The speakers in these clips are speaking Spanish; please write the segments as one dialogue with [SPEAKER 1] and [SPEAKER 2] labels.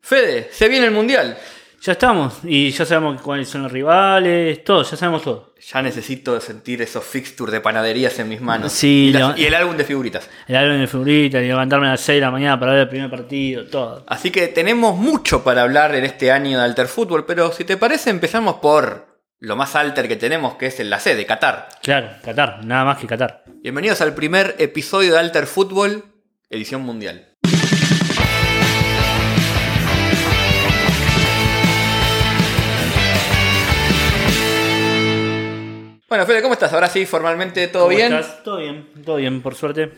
[SPEAKER 1] Fede, se viene el mundial.
[SPEAKER 2] Ya estamos. Y ya sabemos cuáles son los rivales, todo, ya sabemos todo.
[SPEAKER 1] Ya necesito sentir esos fixtures de panaderías en mis manos.
[SPEAKER 2] Sí,
[SPEAKER 1] y, las-
[SPEAKER 2] lo-
[SPEAKER 1] y el álbum de figuritas.
[SPEAKER 2] El álbum de figurita, levantarme a las 6 de la mañana para ver el primer partido, todo.
[SPEAKER 1] Así que tenemos mucho para hablar en este año de Alter Fútbol, pero si te parece empezamos por lo más alter que tenemos, que es el la C de Qatar.
[SPEAKER 2] Claro, Qatar, nada más que Qatar.
[SPEAKER 1] Bienvenidos al primer episodio de Alter Fútbol, edición mundial. Bueno, Fede, ¿cómo estás? Ahora sí, formalmente, ¿todo
[SPEAKER 2] ¿Cómo
[SPEAKER 1] bien?
[SPEAKER 2] estás? Todo bien, todo bien, por suerte.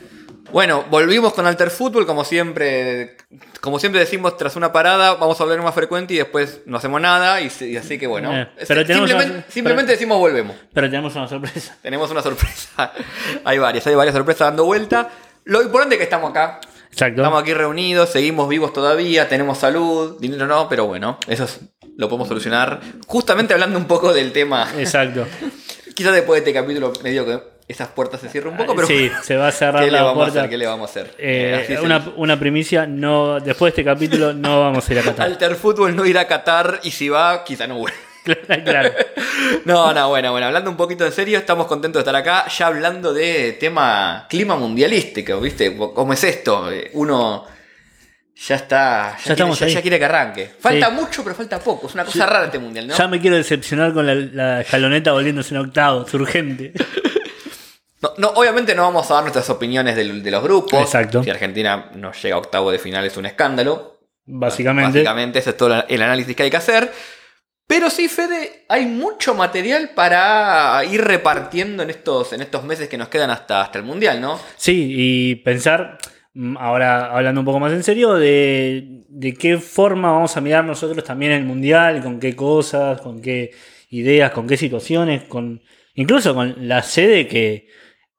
[SPEAKER 1] Bueno, volvimos con Alter Fútbol, como siempre, como siempre decimos, tras una parada vamos a hablar más frecuente y después no hacemos nada, y, se- y así que bueno,
[SPEAKER 2] Eh,
[SPEAKER 1] es-
[SPEAKER 2] pero tenemos
[SPEAKER 1] simplemente,
[SPEAKER 2] una-
[SPEAKER 1] simplemente decimos volvemos.
[SPEAKER 2] Pero tenemos una sorpresa.
[SPEAKER 1] Tenemos una sorpresa, hay varias, hay varias sorpresas dando vuelta. Lo importante es que estamos acá,
[SPEAKER 2] Exacto.
[SPEAKER 1] estamos aquí reunidos, seguimos vivos todavía, tenemos salud, dinero no, pero bueno, eso es- lo podemos solucionar. Justamente hablando un poco del tema,
[SPEAKER 2] Eh. Exacto.
[SPEAKER 1] quizás después de este capítulo medio que esas puertas se cierren un poco, pero
[SPEAKER 2] Ah, sí, se va a cerrar
[SPEAKER 1] ¿qué, le
[SPEAKER 2] la
[SPEAKER 1] vamos a
[SPEAKER 2] puerta.
[SPEAKER 1] hacer, ¿qué le vamos a hacer?
[SPEAKER 2] Eh,
[SPEAKER 1] Así es el-
[SPEAKER 2] una, una primicia, no, después de este capítulo no vamos a ir a Qatar.
[SPEAKER 1] Alter Fútbol no irá a Qatar y si va, quizá no vuelva.
[SPEAKER 2] claro.
[SPEAKER 1] No, no, bueno, bueno, hablando un poquito en serio, estamos contentos de estar acá, ya hablando de tema clima mundialístico, ¿viste? ¿Cómo es esto? Eh, Uno ya está. Ya, quiere,
[SPEAKER 2] estamos
[SPEAKER 1] ya-
[SPEAKER 2] ahí.
[SPEAKER 1] ya quiere que arranque. Falta
[SPEAKER 2] Sí.
[SPEAKER 1] mucho, pero falta poco. Es una cosa rara este mundial, ¿no?
[SPEAKER 2] Ya me quiero decepcionar con la, la escaloneta volviéndose en octavo, es urgente.
[SPEAKER 1] No, no, obviamente no vamos a dar nuestras opiniones del- de los grupos.
[SPEAKER 2] Exacto.
[SPEAKER 1] Si Argentina no llega a octavo de final es un escándalo.
[SPEAKER 2] Básicamente.
[SPEAKER 1] Básicamente, ese es todo el análisis que hay que hacer. Pero sí, Fede, hay mucho material para ir repartiendo en estos, en estos meses que nos quedan hasta, hasta el Mundial, ¿no?
[SPEAKER 2] Sí, y pensar, mm, ahora hablando un poco más en serio, de, de qué forma vamos a mirar nosotros también el mundial, con qué cosas, con qué ideas, con qué situaciones, con incluso con la sede que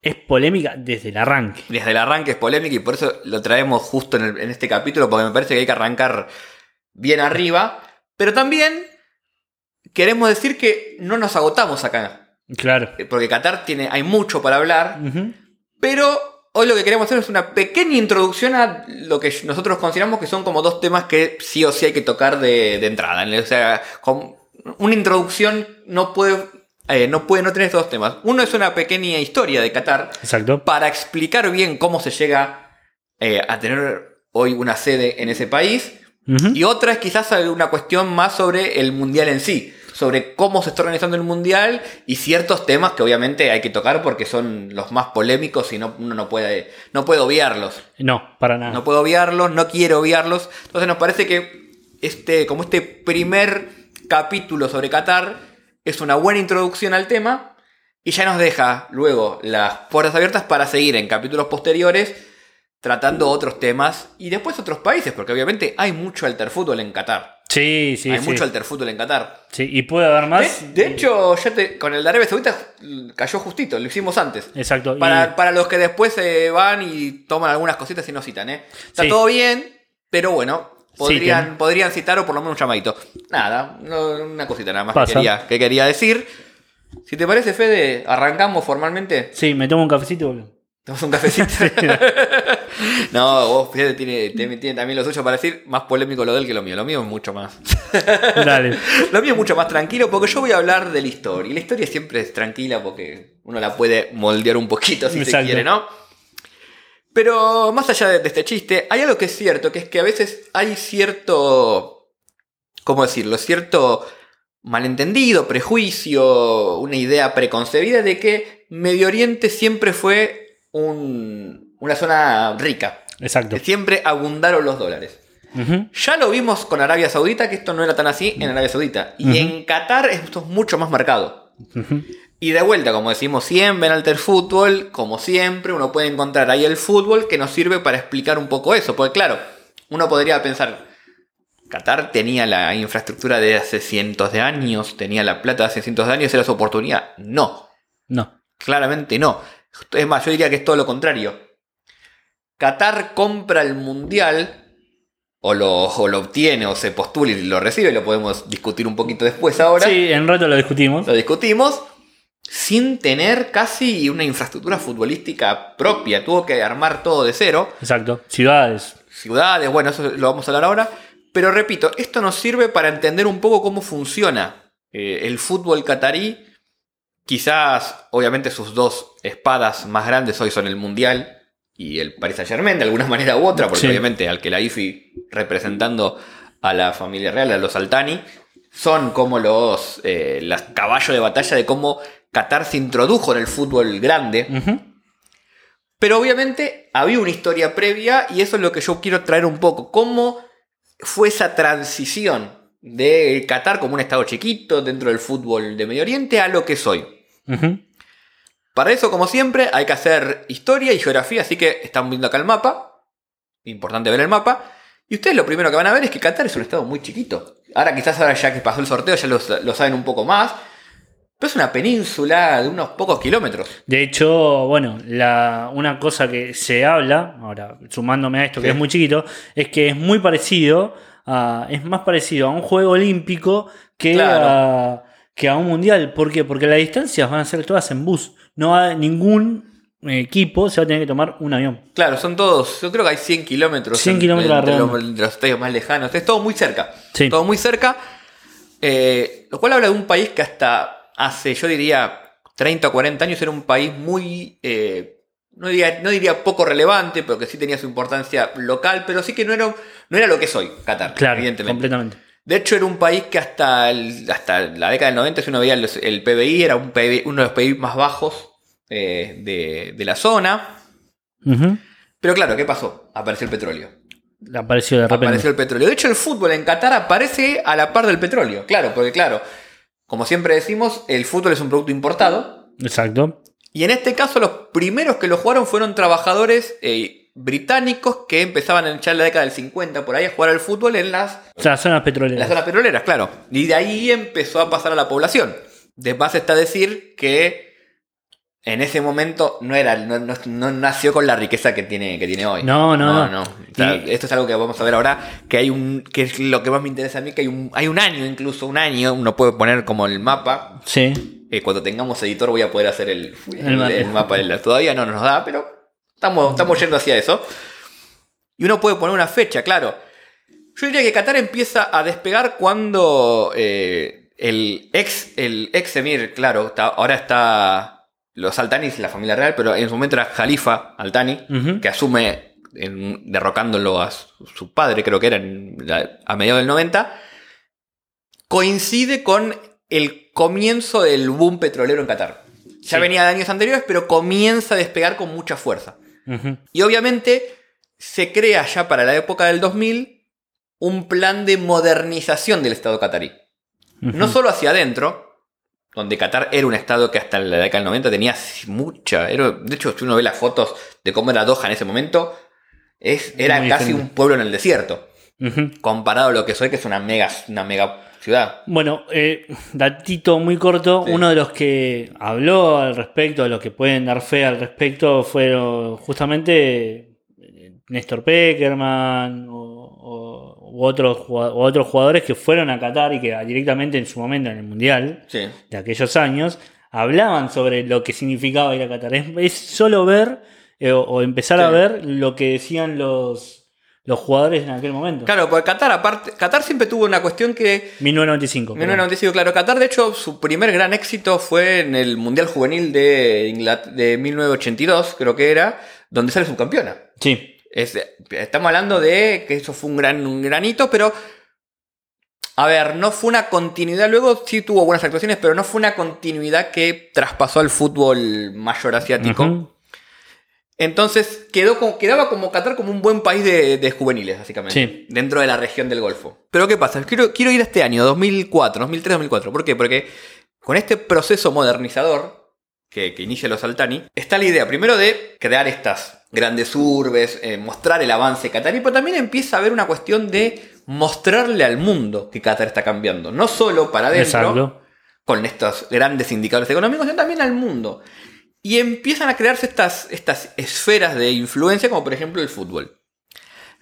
[SPEAKER 2] es polémica desde el arranque.
[SPEAKER 1] Desde el arranque es polémica y por eso lo traemos justo en, el- en este capítulo, porque me parece que hay que arrancar bien arriba. Pero también queremos decir que no nos agotamos acá,
[SPEAKER 2] Claro.
[SPEAKER 1] eh, porque Qatar tiene, hay mucho para hablar.
[SPEAKER 2] Ujú.
[SPEAKER 1] Pero hoy lo que queremos hacer es una pequeña introducción a lo que nosotros consideramos que son como dos temas que sí o sí hay que tocar de, de entrada. O sea, con- una introducción no puede, eh, no puede no tener estos dos temas. Uno es una pequeña historia de Qatar
[SPEAKER 2] Exacto.
[SPEAKER 1] para explicar bien cómo se llega eh, a tener hoy una sede en ese país.
[SPEAKER 2] Ujú.
[SPEAKER 1] Y otra es quizás una cuestión más sobre el mundial en sí, sobre cómo se está organizando el mundial y ciertos temas que obviamente hay que tocar porque son los más polémicos y no, uno no puede, no puede obviarlos.
[SPEAKER 2] No, para nada.
[SPEAKER 1] No puedo obviarlos, no quiero obviarlos. Entonces nos parece que este, como este primer capítulo sobre Qatar es una buena introducción al tema y ya nos deja luego las puertas abiertas para seguir en capítulos posteriores tratando otros temas y después otros países, porque obviamente hay mucho alterfútbol en Qatar.
[SPEAKER 2] sí, sí,
[SPEAKER 1] hay
[SPEAKER 2] sí.
[SPEAKER 1] mucho alterfútbol en Qatar.
[SPEAKER 2] Sí, Y puede haber
[SPEAKER 1] De,
[SPEAKER 2] más.
[SPEAKER 1] de hecho, ya te- con el de Arabia Saudita cayó justito, lo hicimos antes.
[SPEAKER 2] Exacto. y-
[SPEAKER 1] Para, para los que después se van y toman algunas cositas y nos citan, ¿eh? Está
[SPEAKER 2] Sí.
[SPEAKER 1] todo bien, pero bueno, podrían,
[SPEAKER 2] Citen.
[SPEAKER 1] podrían citar o por lo menos un llamadito. Nada, no- una cosita nada más que
[SPEAKER 2] Pasa.
[SPEAKER 1] quería, que quería decir. Si te parece, Fede, arrancamos formalmente.
[SPEAKER 2] Sí, me tomo un cafecito y volvemos.
[SPEAKER 1] Tomamos un cafecito. no, vos, Fede, tiene, tiene- tiene también lo suyo para decir. Más polémico lo de él que lo mío. Lo mío es mucho más.
[SPEAKER 2] Dale.
[SPEAKER 1] Lo mío es mucho más tranquilo porque yo voy a hablar de la historia. Y la historia siempre es tranquila porque uno la puede moldear un poquito si se
[SPEAKER 2] Exacto.
[SPEAKER 1] quiere, ¿no? Pero más allá de, de este chiste, hay algo que es cierto, que es que a veces hay cierto. ¿Cómo decirlo? Cierto malentendido, prejuicio, una idea preconcebida de que Medio Oriente siempre fue un- una zona rica.
[SPEAKER 2] Exacto.
[SPEAKER 1] Que siempre abundaron los dólares.
[SPEAKER 2] Ujú.
[SPEAKER 1] Ya lo vimos con Arabia Saudita, que esto no era tan así en Arabia Saudita. Y
[SPEAKER 2] Ujú.
[SPEAKER 1] en Qatar esto es mucho más marcado.
[SPEAKER 2] Ujú.
[SPEAKER 1] Y de vuelta, como decimos siempre en Alter Fútbol, como siempre, uno puede encontrar ahí el fútbol que nos sirve para explicar un poco eso. Porque claro, uno podría pensar, Qatar tenía la infraestructura de hace cientos de años, tenía la plata de hace cientos de años, era su oportunidad. No,
[SPEAKER 2] No.
[SPEAKER 1] Claramente no. Es más, yo diría que es todo lo contrario. Qatar compra el mundial, o lo, o lo obtiene, o se postula y lo recibe, lo podemos discutir un poquito después ahora.
[SPEAKER 2] Sí, en un rato lo discutimos.
[SPEAKER 1] Lo discutimos sin tener casi una infraestructura futbolística propia. Tuvo que armar todo de cero.
[SPEAKER 2] Exacto. Ciudades.
[SPEAKER 1] Ciudades, bueno, eso lo vamos a hablar ahora. Pero repito, esto nos sirve para entender un poco cómo funciona eh, el fútbol catarí. Quizás, obviamente, sus dos espadas más grandes hoy son el Mundial y el Paris Saint Germain, de alguna manera u otra, porque
[SPEAKER 2] Sí.
[SPEAKER 1] obviamente al que la IFI representando a la familia real, a los Altani, son como los, eh, las caballos de batalla de cómo Qatar se introdujo en el fútbol grande.
[SPEAKER 2] Ujú.
[SPEAKER 1] Pero obviamente había una historia previa y eso es lo que yo quiero traer un poco. ¿Cómo fue esa transición de Qatar como un estado chiquito dentro del fútbol de Medio Oriente a lo que soy?
[SPEAKER 2] Ujú.
[SPEAKER 1] Para eso, como siempre, hay que hacer historia y geografía, así que están viendo acá el mapa. Importante ver el mapa. Y ustedes lo primero que van a ver es que Qatar es un estado muy chiquito. Ahora quizás ahora ya que pasó el sorteo ya lo, lo saben un poco más. Pero es una península de unos pocos kilómetros.
[SPEAKER 2] De hecho, bueno, la, una cosa que se habla, ahora sumándome a esto que
[SPEAKER 1] Sí.
[SPEAKER 2] es muy chiquito, es que es muy parecido, a, es más parecido a un juego olímpico que, a,
[SPEAKER 1] Claro.
[SPEAKER 2] que a un mundial. ¿Por qué? Porque las distancias van a ser todas en bus. No va, ningún eh, equipo se va a tener que tomar un avión.
[SPEAKER 1] Claro, son todos, yo creo que hay 100 kilómetros.
[SPEAKER 2] 100
[SPEAKER 1] en-
[SPEAKER 2] kilómetros a la
[SPEAKER 1] entre los,
[SPEAKER 2] redonda.
[SPEAKER 1] entre los estadios más lejanos. Es todo muy cerca.
[SPEAKER 2] Sí.
[SPEAKER 1] Todo muy cerca. eh, lo cual habla de un país que hasta hace, yo diría, 30 o 40 años era un país muy, eh, no, diría, no diría poco relevante, pero que sí tenía su importancia local, pero sí que no era, no era lo que es hoy, Qatar,
[SPEAKER 2] Claro,
[SPEAKER 1] evidentemente.
[SPEAKER 2] completamente.
[SPEAKER 1] De hecho, era un país que hasta, el- hasta la década del 90, si uno veía los- el PBI, era un PBI uno de los PBI más bajos eh, de- de la zona.
[SPEAKER 2] Ujú.
[SPEAKER 1] Pero claro, ¿qué pasó? Apareció el petróleo.
[SPEAKER 2] Apareció de repente.
[SPEAKER 1] Apareció el petróleo. De hecho, el fútbol en Qatar aparece a la par del petróleo. Claro, porque claro, como siempre decimos, el fútbol es un producto importado.
[SPEAKER 2] Exacto.
[SPEAKER 1] Y en este caso, los primeros que lo jugaron fueron trabajadores eh, británicos que empezaban en ya en la década del 50 por ahí a jugar al fútbol en las,
[SPEAKER 2] O sea, zonas
[SPEAKER 1] en
[SPEAKER 2] petroleras.
[SPEAKER 1] las zonas petroleras, claro. Y de ahí empezó a pasar a la población. De base está decir que en ese momento no era, no, no- no nació con la riqueza que tiene, que tiene hoy.
[SPEAKER 2] No, no, no.
[SPEAKER 1] O sea,
[SPEAKER 2] Y-
[SPEAKER 1] Esto es algo que vamos a ver ahora, que hay un, que es lo que más me interesa a mí, que hay un, hay un año incluso, un año, uno puede poner como el mapa.
[SPEAKER 2] Sí.
[SPEAKER 1] Eh, cuando tengamos editor voy a poder hacer el,
[SPEAKER 2] El
[SPEAKER 1] el-
[SPEAKER 2] mapa.
[SPEAKER 1] el mapa. de la- todavía no nos da, pero estamos, estamos yendo hacia eso. Y uno puede poner una fecha, claro. Yo diría que Qatar empieza a despegar cuando eh, el ex el ex emir, claro, está- ahora está los Altanis, la familia real, pero en su momento era Khalifa Altani,
[SPEAKER 2] Ujú.
[SPEAKER 1] que asume en- derrocándolo a su, su padre, creo que era en la- a mediados del 90, coincide con el comienzo del boom petrolero en Qatar. Ya
[SPEAKER 2] Sí.
[SPEAKER 1] venía de años anteriores, pero comienza a despegar con mucha fuerza.
[SPEAKER 2] Ujú.
[SPEAKER 1] Y obviamente se crea ya para la época del 2000 un plan de modernización del Estado catarí. No
[SPEAKER 2] Ujú.
[SPEAKER 1] solo hacia adentro, donde Qatar era un estado que hasta la década del 90 tenía mucha. era- de hecho, si uno ve las fotos de cómo era Doha en ese momento, es, era
[SPEAKER 2] Muy
[SPEAKER 1] casi
[SPEAKER 2] diferente.
[SPEAKER 1] un pueblo en el desierto,
[SPEAKER 2] Ujú.
[SPEAKER 1] comparado a lo que soy, que es una mega, una mega ciudad.
[SPEAKER 2] Bueno, eh, datito muy corto,
[SPEAKER 1] Sí.
[SPEAKER 2] uno de los que habló al respecto, de los que pueden dar fe al respecto, fueron justamente eh, Néstor Peckerman o, o- u otros, jugado- u otros jugadores que fueron a Qatar y que directamente en su momento en el Mundial
[SPEAKER 1] Sí.
[SPEAKER 2] de aquellos años hablaban sobre lo que significaba ir a Qatar. Es, es solo ver eh, o, o empezar a
[SPEAKER 1] Sí.
[SPEAKER 2] ver lo que decían los, los jugadores en aquel momento.
[SPEAKER 1] Claro, porque Qatar, aparte, Qatar siempre tuvo una cuestión que.
[SPEAKER 2] 1995. perdón.
[SPEAKER 1] 1995, claro. Qatar, de hecho, su primer gran éxito fue en el Mundial Juvenil de, Inglat- de 1982, creo que era, donde sale subcampeona.
[SPEAKER 2] Sí.
[SPEAKER 1] Es- estamos hablando de que eso fue un gran un gran hito, pero. A ver, no fue una continuidad. Luego sí tuvo buenas actuaciones, pero no fue una continuidad que traspasó al fútbol mayor asiático.
[SPEAKER 2] Ujú.
[SPEAKER 1] Entonces quedó como- quedaba como Qatar como un buen país de, de juveniles, básicamente.
[SPEAKER 2] Sí.
[SPEAKER 1] Dentro de la región del Golfo. Pero ¿qué pasa? Quiero, quiero ir a este año, 2004, 2003, 2004. ¿Por qué? Porque con este proceso modernizador que, que inicia los Altani, está la idea primero de crear estas grandes urbes, eh, mostrar el avance catarí, pero también empieza a haber una cuestión de mostrarle al mundo que Qatar está cambiando. No solo para adentro,
[SPEAKER 2] Exacto.
[SPEAKER 1] con estos grandes indicadores económicos, sino también al mundo. Y empiezan a crearse estas, estas esferas de influencia, como por ejemplo el fútbol.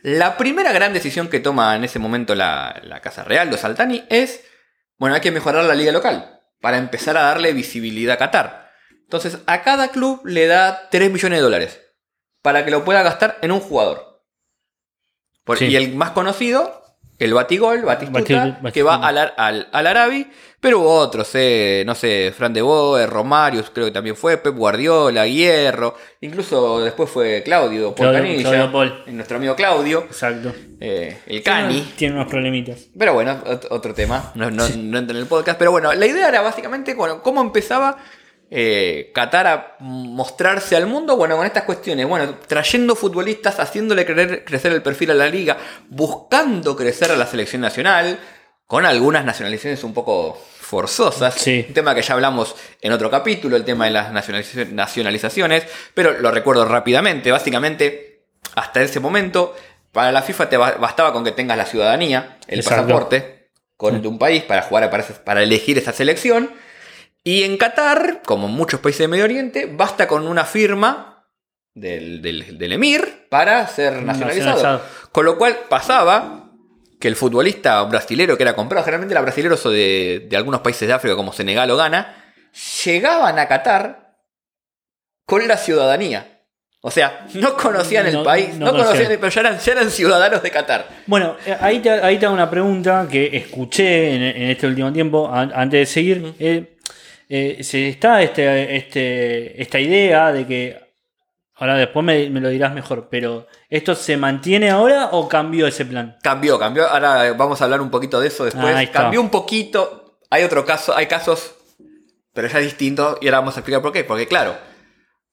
[SPEAKER 1] La primera gran decisión que toma en ese momento la, la Casa Real, los Altani, es, bueno, hay que mejorar la liga local para empezar a darle visibilidad a Qatar. Entonces, a cada club le da 3 millones de dólares para que lo pueda gastar en un jugador. Por-
[SPEAKER 2] Sí.
[SPEAKER 1] Y el más conocido el batigol, Batistuta,
[SPEAKER 2] Bati-
[SPEAKER 1] que va
[SPEAKER 2] Batistuta.
[SPEAKER 1] al, Ar- al, al Arabi, pero hubo otros, eh, no sé, Fran de Boer, Romarius, creo que también fue, Pep Guardiola, Hierro, incluso después fue Claudio, Paul
[SPEAKER 2] Claudio-
[SPEAKER 1] Canilla,
[SPEAKER 2] Claudio Paul.
[SPEAKER 1] y nuestro amigo Claudio,
[SPEAKER 2] Exacto.
[SPEAKER 1] eh, el
[SPEAKER 2] Tiene,
[SPEAKER 1] Cani.
[SPEAKER 2] tiene unos problemitas.
[SPEAKER 1] Pero bueno, ot- otro tema, no, no, no entra en el podcast. Pero bueno, la idea era básicamente bueno, cómo empezaba eh, Qatar a mostrarse al mundo, bueno, con estas cuestiones, bueno, trayendo futbolistas, haciéndole creer- crecer el perfil a la liga, buscando crecer a la selección nacional, con algunas nacionalizaciones un poco forzosas.
[SPEAKER 2] Sí.
[SPEAKER 1] Un tema que ya hablamos en otro capítulo, el tema de las nacionaliz- nacionalizaciones, pero lo recuerdo rápidamente, básicamente, hasta ese momento... Para la FIFA te ba- bastaba con que tengas la ciudadanía, el
[SPEAKER 2] Exacto.
[SPEAKER 1] pasaporte con de un país para jugar para, para elegir esa selección. Y en Qatar, como en muchos países de Medio Oriente, basta con una firma del, del- del emir para ser nacionalizado.
[SPEAKER 2] Nacionalizado.
[SPEAKER 1] Con lo cual pasaba que el futbolista brasilero que era comprado, generalmente era brasilero o de, de algunos países de África como Senegal o Ghana, llegaban a Qatar con la ciudadanía. O sea, no conocían el
[SPEAKER 2] No-
[SPEAKER 1] país,
[SPEAKER 2] no
[SPEAKER 1] no, conocían
[SPEAKER 2] conocían.
[SPEAKER 1] el país, ya eran, ya eran ciudadanos de Qatar.
[SPEAKER 2] Bueno, eh, ahí te, ahí te hago una pregunta que escuché en, en este último tiempo, an- antes de seguir. Eh, eh, se está este, este, esta idea de que, ahora después me, me lo dirás mejor, pero ¿esto se mantiene ahora o cambió ese plan?
[SPEAKER 1] Cambió, cambió. Ahora eh, vamos a hablar un poquito de eso después.
[SPEAKER 2] Ah, ahí está.
[SPEAKER 1] cambió un poquito. Hay otro caso, hay casos, pero ya distintos. Y ahora vamos a explicar por qué. Porque, claro,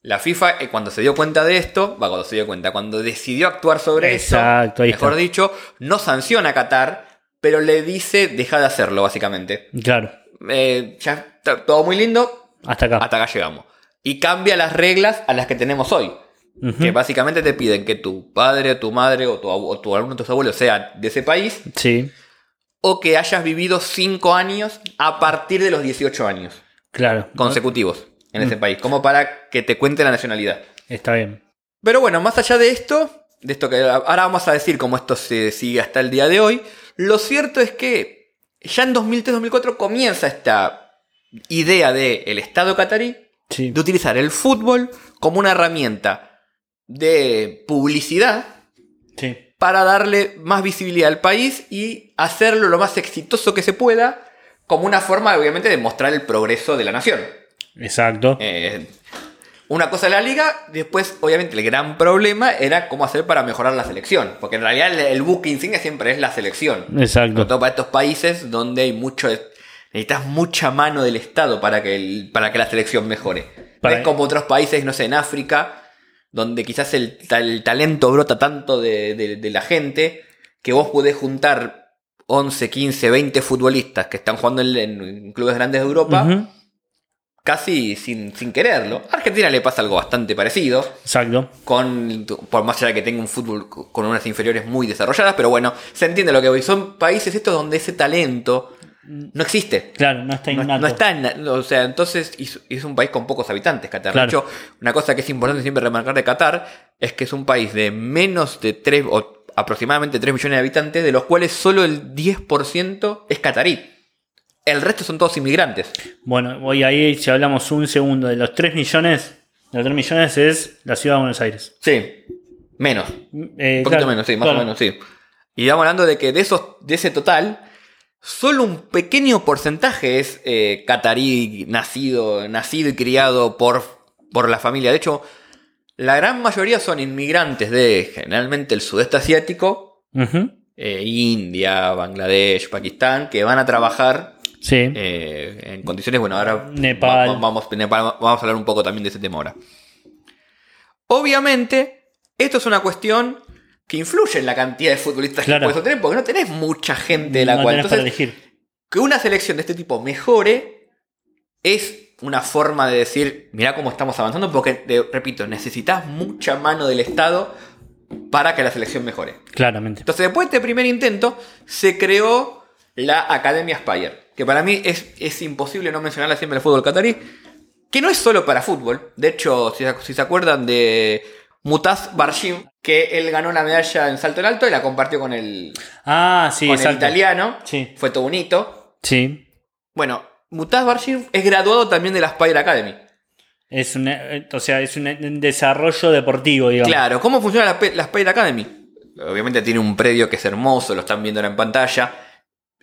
[SPEAKER 1] la FIFA, eh, cuando se dio cuenta de esto, va, cuando se dio cuenta, cuando decidió actuar sobre
[SPEAKER 2] Exacto,
[SPEAKER 1] eso,
[SPEAKER 2] ahí
[SPEAKER 1] mejor
[SPEAKER 2] está.
[SPEAKER 1] dicho, no sanciona a Qatar, pero le dice, deja de hacerlo, básicamente.
[SPEAKER 2] Claro,
[SPEAKER 1] Eh, ya está todo muy lindo,
[SPEAKER 2] hasta acá.
[SPEAKER 1] hasta acá llegamos. Y cambia las reglas a las que tenemos hoy.
[SPEAKER 2] Ujú.
[SPEAKER 1] Que básicamente te piden que tu padre o tu madre o tu, abu- o tu alguno de tus abuelos sea de ese país
[SPEAKER 2] Sí,
[SPEAKER 1] o que hayas vivido 5 años a partir de los 18 años
[SPEAKER 2] claro.
[SPEAKER 1] consecutivos en ese país, como para que te cuente la nacionalidad.
[SPEAKER 2] Está bien.
[SPEAKER 1] Pero bueno, más allá de esto, de esto que ahora vamos a decir cómo esto se sigue hasta el día de hoy, lo cierto es que ya en 2003-2004 comienza esta idea del el Estado catarí
[SPEAKER 2] Sí.
[SPEAKER 1] de utilizar el fútbol como una herramienta de publicidad
[SPEAKER 2] Sí.
[SPEAKER 1] para darle más visibilidad al país y hacerlo lo más exitoso que se pueda, como una forma, obviamente, de mostrar el progreso de la nación.
[SPEAKER 2] Exacto.
[SPEAKER 1] Eh, una cosa es la liga, después, obviamente, el gran problema era cómo hacer para mejorar la selección, porque en realidad el, el buque insignia siempre es la selección. Sobre
[SPEAKER 2] Exacto.
[SPEAKER 1] todo para estos países donde hay mucho. Necesitas mucha mano del Estado para que, el- para que la selección mejore. No
[SPEAKER 2] Para-
[SPEAKER 1] es como otros países, no sé, en África, donde quizás el, ta- el talento brota tanto de, de- de la gente que vos podés juntar 11, 15, 20 futbolistas que están jugando en, en clubes grandes de Europa
[SPEAKER 2] Ujú.
[SPEAKER 1] casi sin, sin quererlo. A Argentina le pasa algo bastante parecido
[SPEAKER 2] Exacto.
[SPEAKER 1] con por más allá de que tenga un fútbol con unas inferiores muy desarrolladas, pero bueno, se entiende lo que voy. Son países estos donde ese talento no existe.
[SPEAKER 2] Claro, no está
[SPEAKER 1] No,
[SPEAKER 2] innato.
[SPEAKER 1] no está en, o sea, entonces es, es un país con pocos habitantes, Qatar.
[SPEAKER 2] Claro.
[SPEAKER 1] De hecho, una cosa que es importante siempre remarcar de Qatar es que es un país de menos de 3 o aproximadamente 3 millones de habitantes, de los cuales solo el 10% es catarí. El resto son todos inmigrantes.
[SPEAKER 2] Bueno, voy ahí, si hablamos un segundo, de los 3 millones, de los 3 millones es la ciudad de Buenos Aires.
[SPEAKER 1] Sí, menos.
[SPEAKER 2] Eh,
[SPEAKER 1] Un poquito
[SPEAKER 2] claro,
[SPEAKER 1] menos, sí, más
[SPEAKER 2] claro.
[SPEAKER 1] o menos, sí. Y estamos hablando de que de esos, de ese total, solo un pequeño porcentaje es eh, catarí nacido, nacido y criado por, por la familia. De hecho, la gran mayoría son inmigrantes de generalmente el sudeste asiático,
[SPEAKER 2] Ujú,
[SPEAKER 1] eh, India, Bangladesh, Pakistán, que van a trabajar
[SPEAKER 2] Sí.
[SPEAKER 1] eh, en condiciones, bueno, ahora
[SPEAKER 2] Nepal.
[SPEAKER 1] va- va- vamos, Nepal, vamos a hablar un poco también de ese tema ahora. Obviamente, esto es una cuestión que influye en la cantidad de futbolistas
[SPEAKER 2] Claro.
[SPEAKER 1] que puedes obtener, porque no tenés mucha gente de la
[SPEAKER 2] no
[SPEAKER 1] cual.
[SPEAKER 2] tenés para
[SPEAKER 1] Entonces,
[SPEAKER 2] elegir.
[SPEAKER 1] que una selección de este tipo mejore es una forma de decir, mirá cómo estamos avanzando, porque, te- repito, necesitas mucha mano del Estado para que la selección mejore.
[SPEAKER 2] Claramente.
[SPEAKER 1] Entonces, después de este primer intento, se creó la Academia Spire, que para mí es, es imposible no mencionarla siempre el fútbol catarí, que no es solo para fútbol. De hecho, si, se- si se acuerdan de Mutaz Barshim, que él ganó una medalla en salto en alto y la compartió con el,
[SPEAKER 2] Ah, sí,
[SPEAKER 1] con el
[SPEAKER 2] exacto.
[SPEAKER 1] italiano.
[SPEAKER 2] Sí.
[SPEAKER 1] Fue todo bonito.
[SPEAKER 2] Sí.
[SPEAKER 1] Bueno, Mutaz Barshim es graduado también de la Spire Academy.
[SPEAKER 2] Es un, eh, o sea, es un eh, desarrollo deportivo, digamos.
[SPEAKER 1] Claro, ¿cómo funciona la, P- la Spire Academy? obviamente tiene un predio que es hermoso, lo están viendo ahora en pantalla.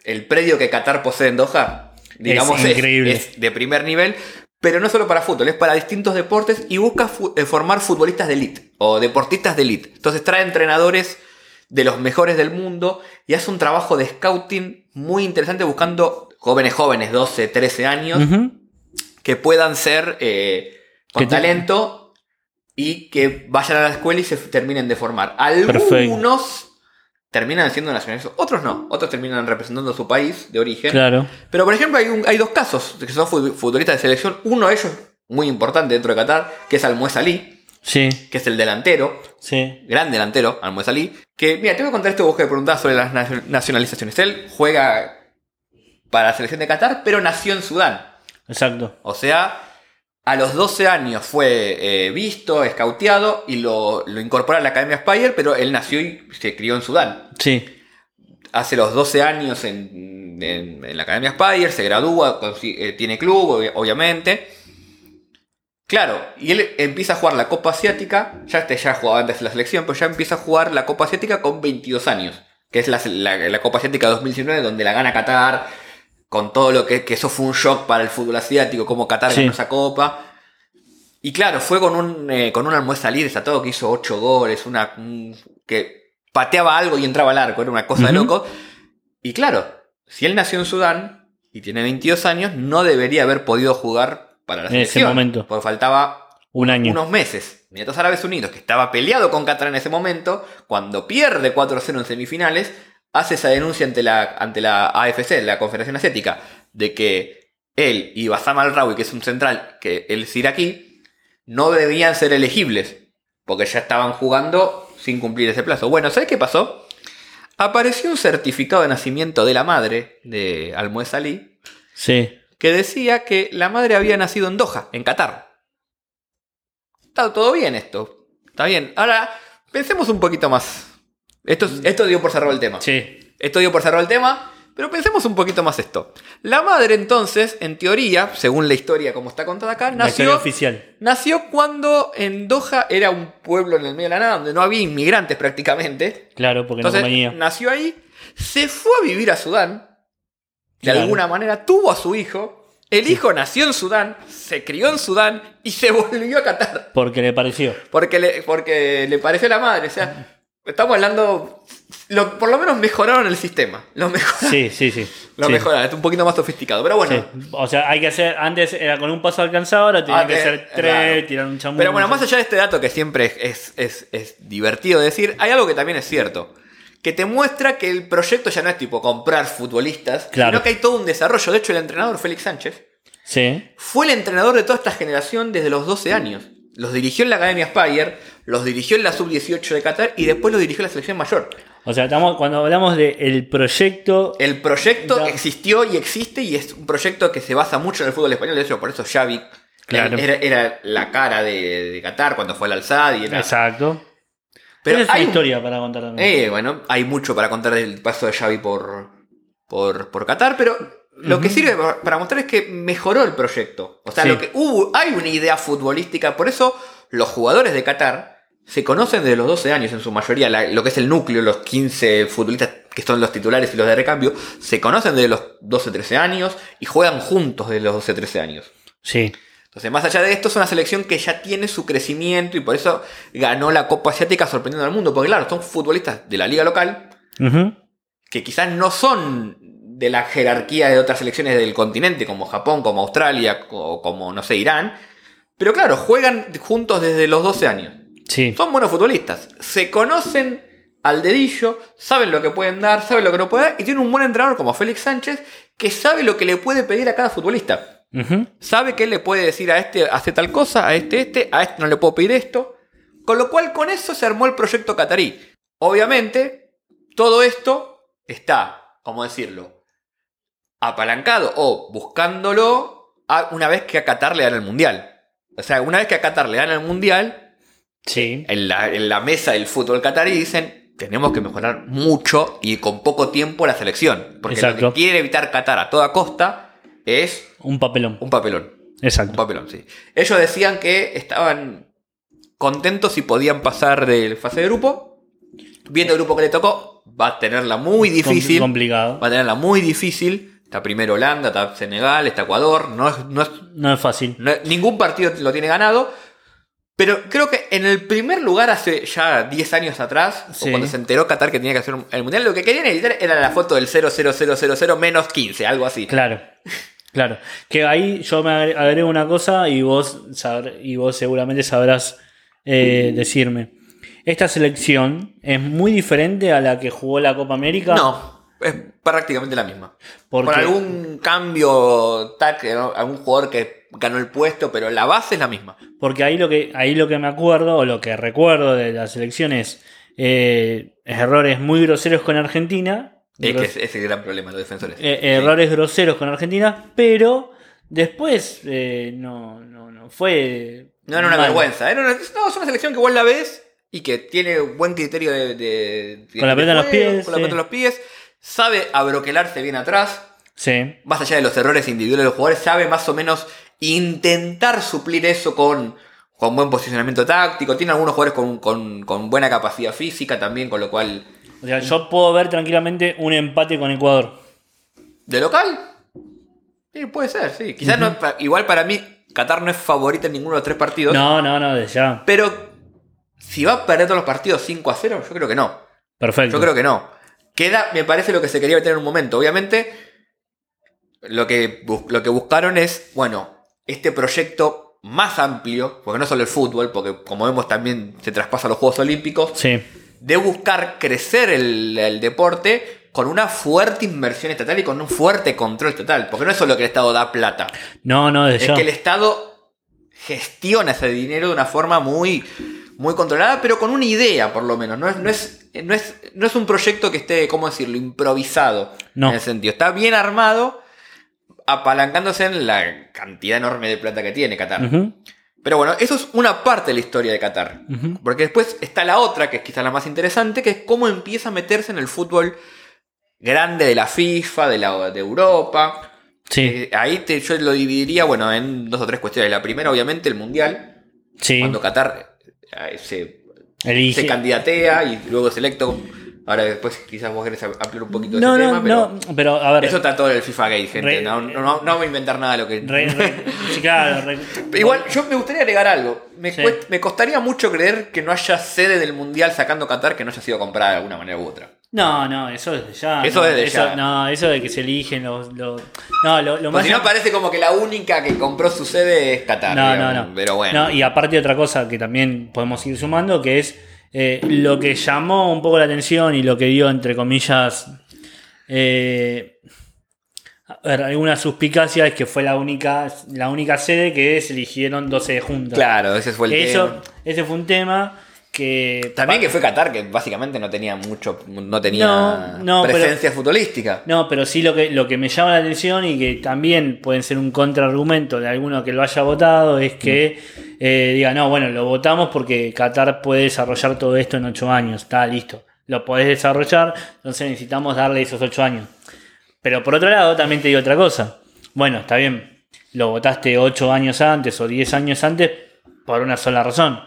[SPEAKER 1] El predio que Qatar posee en Doha, digamos, es,
[SPEAKER 2] increíble.
[SPEAKER 1] es de primer nivel, pero no solo para fútbol, es para distintos deportes y busca fu- eh, formar futbolistas de elite o deportistas de elite. Entonces trae entrenadores de los mejores del mundo y hace un trabajo de scouting muy interesante buscando jóvenes jóvenes, 12, 13 años,
[SPEAKER 2] Ujú.
[SPEAKER 1] que puedan ser eh, con
[SPEAKER 2] Que te-
[SPEAKER 1] talento y que vayan a la escuela y se terminen de formar. Algunos
[SPEAKER 2] Perfecto.
[SPEAKER 1] terminan siendo nacionales, otros no, otros terminan representando su país de origen.
[SPEAKER 2] Claro.
[SPEAKER 1] Pero por ejemplo hay, un- hay dos casos que son fut- futbolistas de selección, uno de ellos muy importante dentro de Qatar, que es Almuez Ali,
[SPEAKER 2] Sí,
[SPEAKER 1] que es el delantero,
[SPEAKER 2] sí.
[SPEAKER 1] gran delantero, Almuez Ali, que mira, te voy a contar esto vos que preguntás sobre las nacio- nacionalizaciones. Él juega para la selección de Qatar, pero nació en Sudán.
[SPEAKER 2] Exacto.
[SPEAKER 1] O sea, a los 12 años fue eh, visto, escauteado y lo, lo incorpora a la Academia Spire, pero él nació y se crió en Sudán.
[SPEAKER 2] Sí.
[SPEAKER 1] Hace los 12 años en, en- en la Academia Spire, se gradúa, consi- eh, tiene club, obvi- obviamente. Claro, y él empieza a jugar la Copa Asiática, ya, este, ya jugaba antes en la selección, pero ya empieza a jugar la Copa Asiática con 22 años, que es la, la- la Copa Asiática 2019, donde la gana Qatar, con todo lo que, que eso fue un shock para el fútbol asiático, como Qatar
[SPEAKER 2] Sí.
[SPEAKER 1] ganó esa copa. Y claro, fue con un, eh, con un almuerzo salir desatado que hizo 8 goles, una, un- que pateaba algo y entraba al arco, era una cosa de
[SPEAKER 2] Ujú.
[SPEAKER 1] loco. Y claro, si él nació en Sudán y tiene 22 años, no debería haber podido jugar para la
[SPEAKER 2] En ese
[SPEAKER 1] selección.
[SPEAKER 2] momento.
[SPEAKER 1] Porque faltaba
[SPEAKER 2] Un año.
[SPEAKER 1] unos meses. Emiratos Árabes Unidos, que estaba peleado con Qatar en ese momento, cuando pierde 4-0 en semifinales, hace esa denuncia ante la, ante la AFC, la Confederación Asiática, de que él y Bassam al-Rawi, que es un central, que él es iraquí, no debían ser elegibles, porque ya estaban jugando sin cumplir ese plazo. Bueno, ¿sabes qué pasó? Apareció un certificado de nacimiento de la madre de Almuez Ali,
[SPEAKER 2] Sí.
[SPEAKER 1] que decía que la madre había nacido en Doha, en Qatar. Está todo bien esto. Está bien. Ahora, pensemos un poquito más. Esto, es- esto dio por cerrado el tema.
[SPEAKER 2] Sí.
[SPEAKER 1] Esto dio por cerrado el tema, pero pensemos un poquito más esto. La madre entonces, en teoría, según la historia como está contada acá,
[SPEAKER 2] La historia
[SPEAKER 1] nació,
[SPEAKER 2] oficial.
[SPEAKER 1] nació cuando en Doha era un pueblo en el medio de la nada, donde no había inmigrantes prácticamente.
[SPEAKER 2] Claro, porque
[SPEAKER 1] Entonces,
[SPEAKER 2] no compañía.
[SPEAKER 1] nació ahí, se fue a vivir a Sudán, de
[SPEAKER 2] Claro.
[SPEAKER 1] alguna manera, tuvo a su hijo, el hijo nació en Sudán, se crió en Sudán y se volvió a Qatar,
[SPEAKER 2] Porque le pareció.
[SPEAKER 1] porque le, porque le pareció la madre, o sea, estamos hablando, lo- por lo menos mejoraron el sistema, lo, mejor,
[SPEAKER 2] Sí, sí, sí.
[SPEAKER 1] lo
[SPEAKER 2] Sí.
[SPEAKER 1] mejoraron, es un poquito más sofisticado, pero bueno.
[SPEAKER 2] Sí. O sea, hay que hacer. Antes era con un paso alcanzado, ahora tiene
[SPEAKER 1] Ah,
[SPEAKER 2] que
[SPEAKER 1] eh,
[SPEAKER 2] hacer tres,
[SPEAKER 1] claro.
[SPEAKER 2] tirar un chamú.
[SPEAKER 1] Pero bueno, más allá de este dato que siempre es, es- es divertido decir, hay algo que también es cierto. Que te muestra que el proyecto ya no es tipo comprar futbolistas,
[SPEAKER 2] Claro.
[SPEAKER 1] sino que hay todo un desarrollo. De hecho, el entrenador Félix Sánchez
[SPEAKER 2] Sí.
[SPEAKER 1] fue el entrenador de toda esta generación desde los 12 años. Los dirigió en la Academia Spire, los dirigió en la Sub-18 de Qatar y después los dirigió en la selección mayor.
[SPEAKER 2] O sea, estamos, cuando hablamos del el proyecto.
[SPEAKER 1] El proyecto
[SPEAKER 2] Ya.
[SPEAKER 1] existió y existe y es un proyecto que se basa mucho en el fútbol español. De hecho, por eso Xavi
[SPEAKER 2] Claro.
[SPEAKER 1] era, era la cara de, de Qatar cuando fue al Alzad y era...
[SPEAKER 2] Exacto.
[SPEAKER 1] Pero
[SPEAKER 2] Esa es una
[SPEAKER 1] hay-
[SPEAKER 2] historia para contar también.
[SPEAKER 1] Eh, bueno, hay mucho para contar del paso de Xavi por, por, por Qatar, pero lo que sirve pa- para mostrar es que mejoró el proyecto. O sea,
[SPEAKER 2] Sí.
[SPEAKER 1] lo que hubo, hay una idea futbolística, por eso los jugadores de Qatar se conocen desde los 12 años en su mayoría, la- lo que es el núcleo, los 15 futbolistas que son los titulares y los de recambio, se conocen desde los 12-13 años y juegan juntos desde los 12-13 años.
[SPEAKER 2] Sí.
[SPEAKER 1] Entonces, más allá de esto, es una selección que ya tiene su crecimiento y por eso ganó la Copa Asiática sorprendiendo al mundo. Porque, claro, son futbolistas de la liga local
[SPEAKER 2] Ujú.
[SPEAKER 1] que quizás no son de la jerarquía de otras selecciones del continente, como Japón, como Australia, o como, no sé, Irán. Pero claro, juegan juntos desde los 12 años.
[SPEAKER 2] Sí.
[SPEAKER 1] Son buenos futbolistas. Se conocen al dedillo, saben lo que pueden dar, saben lo que no pueden dar, y tienen un buen entrenador como Félix Sánchez que sabe lo que le puede pedir a cada futbolista
[SPEAKER 2] Ujú.
[SPEAKER 1] sabe que él le puede decir a este hace tal cosa, a este este, a este no le puedo pedir esto. Con lo cual con eso se armó el proyecto catarí. Obviamente, todo esto está, ¿cómo decirlo? Apalancado o buscándolo a- una vez que a Qatar le dan el mundial. O sea, una vez que a Qatar le dan el mundial,
[SPEAKER 2] Sí.
[SPEAKER 1] en la, en la mesa del fútbol catarí dicen, tenemos que mejorar mucho y con poco tiempo la selección. Porque lo
[SPEAKER 2] Exacto.
[SPEAKER 1] que quiere evitar Qatar a toda costa es
[SPEAKER 2] Un papelón.
[SPEAKER 1] un papelón. Un
[SPEAKER 2] Exacto.
[SPEAKER 1] papelón, sí. Ellos decían que estaban contentos si podían pasar de fase de grupo. viendo el grupo que le tocó, va a tenerla muy difícil.
[SPEAKER 2] Complicado.
[SPEAKER 1] Va a tenerla muy difícil. Está primero Holanda, está Senegal, está Ecuador. No es, no es,
[SPEAKER 2] No es fácil.
[SPEAKER 1] no es- ningún partido lo tiene ganado. Pero creo que en el primer lugar hace ya 10 años atrás, o
[SPEAKER 2] Sí.
[SPEAKER 1] cuando se enteró Qatar que tenía que hacer un- el mundial, lo que querían editar era la foto del 00000 menos 15, algo así.
[SPEAKER 2] Claro, claro. Que ahí yo me agre- agrego una cosa y vos, sabr- y vos seguramente sabrás eh, decirme. Esta selección es muy diferente a la que jugó la Copa América.
[SPEAKER 1] No, es prácticamente la misma.
[SPEAKER 2] ¿Por
[SPEAKER 1] Por,
[SPEAKER 2] qué?
[SPEAKER 1] algún cambio, tac, ¿no? algún jugador que ganó el puesto, pero la base es la misma.
[SPEAKER 2] Porque ahí lo que, ahí lo que me acuerdo, o lo que recuerdo de la selección es eh, errores muy groseros con Argentina.
[SPEAKER 1] Es que
[SPEAKER 2] gros-
[SPEAKER 1] es, es el gran problema de los defensores.
[SPEAKER 2] eh, errores groseros con Argentina, pero después eh, no, no, no fue.
[SPEAKER 1] No era una
[SPEAKER 2] mal.
[SPEAKER 1] vergüenza. Era una, no, es una selección que vos la ves y que tiene buen criterio de. de- de-
[SPEAKER 2] Con la pelota en los
[SPEAKER 1] de juego,
[SPEAKER 2] pies,
[SPEAKER 1] Con la
[SPEAKER 2] sí.
[SPEAKER 1] pelota en los pies. Sabe abroquelarse bien atrás.
[SPEAKER 2] Sí.
[SPEAKER 1] Más allá de los errores individuales de los jugadores, sabe más o menos intentar suplir eso con, con buen posicionamiento táctico. Tiene algunos jugadores con, con- con buena capacidad física también, con lo cual.
[SPEAKER 2] O sea, yo puedo ver tranquilamente un empate con Ecuador.
[SPEAKER 1] ¿De local? Sí, puede ser, sí. Quizás no es pa- igual para mí, Qatar no es favorita en ninguno de los tres partidos.
[SPEAKER 2] No, no, no, desde ya.
[SPEAKER 1] Pero si va a perder todos los partidos 5 a 0, yo creo que no.
[SPEAKER 2] Perfecto.
[SPEAKER 1] Yo creo que no. Queda, me parece, lo que se quería meter en un momento. Obviamente, lo que, bus- lo que buscaron es, bueno, este proyecto más amplio, porque no solo el fútbol, porque como vemos también se traspasa a los Juegos Olímpicos,
[SPEAKER 2] Sí,
[SPEAKER 1] de buscar crecer el, el deporte con una fuerte inversión estatal y con un fuerte control estatal. Porque no es solo que el Estado da plata,
[SPEAKER 2] no, no, desde
[SPEAKER 1] es
[SPEAKER 2] ya.
[SPEAKER 1] que el Estado gestiona ese dinero de una forma muy, muy controlada, pero con una idea, por lo menos. No es, no es, no es, no es un proyecto que esté, ¿cómo decirlo?, improvisado.
[SPEAKER 2] No.
[SPEAKER 1] En el sentido. Está bien armado, apalancándose en la cantidad enorme de plata que tiene Qatar.
[SPEAKER 2] Ujú.
[SPEAKER 1] Pero bueno, eso es una parte de la historia de Qatar.
[SPEAKER 2] Ujú.
[SPEAKER 1] Porque después está la otra, que es quizá la más interesante, que es cómo empieza a meterse en el fútbol grande de la FIFA, de, la, de Europa.
[SPEAKER 2] Sí,
[SPEAKER 1] Eh, ahí te- yo lo dividiría, bueno, en dos o tres cuestiones. La primera, obviamente, el Mundial,
[SPEAKER 2] sí.
[SPEAKER 1] cuando Qatar eh, se,
[SPEAKER 2] Elige.
[SPEAKER 1] se candidatea y luego selecto. Ahora después quizás vos querés ampliar un poquito de
[SPEAKER 2] no,
[SPEAKER 1] ese
[SPEAKER 2] no,
[SPEAKER 1] tema, pero
[SPEAKER 2] no, pero a ver.
[SPEAKER 1] eso está todo en el FIFA Gate, gente.
[SPEAKER 2] Re- eh,
[SPEAKER 1] no, no, no- no voy a inventar nada de lo que...
[SPEAKER 2] re- re- sí, claro, re-
[SPEAKER 1] Igual, yo me gustaría agregar algo. Me,
[SPEAKER 2] Sí.
[SPEAKER 1] cuest- me costaría mucho creer que no haya sede del Mundial sacando Qatar que no haya sido comprada de alguna manera u otra.
[SPEAKER 2] No, no, eso desde ya.
[SPEAKER 1] Eso
[SPEAKER 2] no,
[SPEAKER 1] desde ya.
[SPEAKER 2] No, eso de que se eligen los. los- No, lo, lo
[SPEAKER 1] Porque
[SPEAKER 2] más.
[SPEAKER 1] si no, parece como que la única que compró su sede es Qatar.
[SPEAKER 2] No, no,
[SPEAKER 1] digamos.
[SPEAKER 2] no.
[SPEAKER 1] Pero bueno.
[SPEAKER 2] No, y aparte otra cosa que también podemos ir sumando, que es eh, lo que llamó un poco la atención y lo que dio, entre comillas, eh, a ver, alguna suspicacia es que fue la única, la única sede que se eligieron 12 juntas.
[SPEAKER 1] Claro, ese fue el tema.
[SPEAKER 2] Eso, ese fue un tema que...
[SPEAKER 1] También que fue Qatar, que básicamente no tenía mucho, no tenía
[SPEAKER 2] No, no, pero-
[SPEAKER 1] presencia futbolística.
[SPEAKER 2] No, pero sí lo que, lo que me llama la atención y que también pueden ser un contraargumento de alguno que lo haya votado es que eh, diga, no, bueno, lo votamos porque Qatar puede desarrollar todo esto en ocho años, está listo, lo podés desarrollar, entonces necesitamos darle esos ocho años. Pero por otro lado, también te digo otra cosa. Bueno, está bien, lo votaste ocho años antes o diez años antes por una sola razón,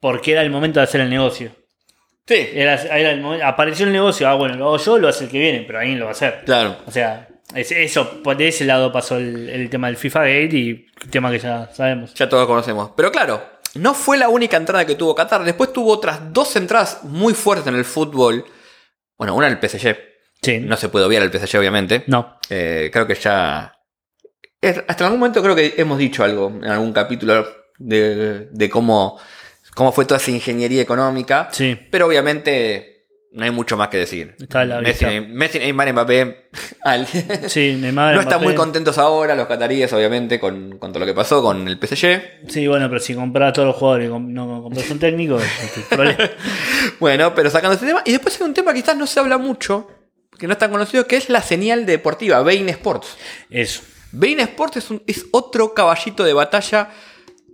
[SPEAKER 2] porque era el momento de hacer el negocio.
[SPEAKER 1] Sí,
[SPEAKER 2] Era, era el momento- apareció el negocio, ah, bueno, lo hago yo, lo hace el que viene, pero alguien lo va a hacer.
[SPEAKER 1] claro.
[SPEAKER 2] O sea, es- eso, por ese lado pasó el, el tema del FIFA Gate y tema que ya sabemos.
[SPEAKER 1] Ya todos conocemos. Pero claro, no fue la única entrada que tuvo Qatar. Después tuvo otras dos entradas muy fuertes en el fútbol. Bueno, una en el PSG.
[SPEAKER 2] Sí.
[SPEAKER 1] No se puede obviar el PSG, obviamente.
[SPEAKER 2] No.
[SPEAKER 1] Eh, creo que ya. es- hasta algún momento creo que hemos dicho algo en algún capítulo de, de cómo, cómo fue toda esa ingeniería económica.
[SPEAKER 2] Sí.
[SPEAKER 1] Pero obviamente no hay mucho más que decir.
[SPEAKER 2] Está a la
[SPEAKER 1] Messi,
[SPEAKER 2] vista.
[SPEAKER 1] Messi, Neymar, Mbappé. al-
[SPEAKER 2] Sí, Neymar.
[SPEAKER 1] no están
[SPEAKER 2] Ah, Mbappé.
[SPEAKER 1] muy contentos ahora los cataríes, obviamente, con, con todo lo que pasó con el PSG.
[SPEAKER 2] Sí, bueno, pero si compras todos los jugadores y com- no compras un técnico, es tu problema.
[SPEAKER 1] Bueno, pero sacando ese tema. Y después hay un tema que quizás no se habla mucho, que no es tan conocido, que es la señal deportiva, Bein Sports.
[SPEAKER 2] Eso.
[SPEAKER 1] Bein Sports es, un- es otro caballito de batalla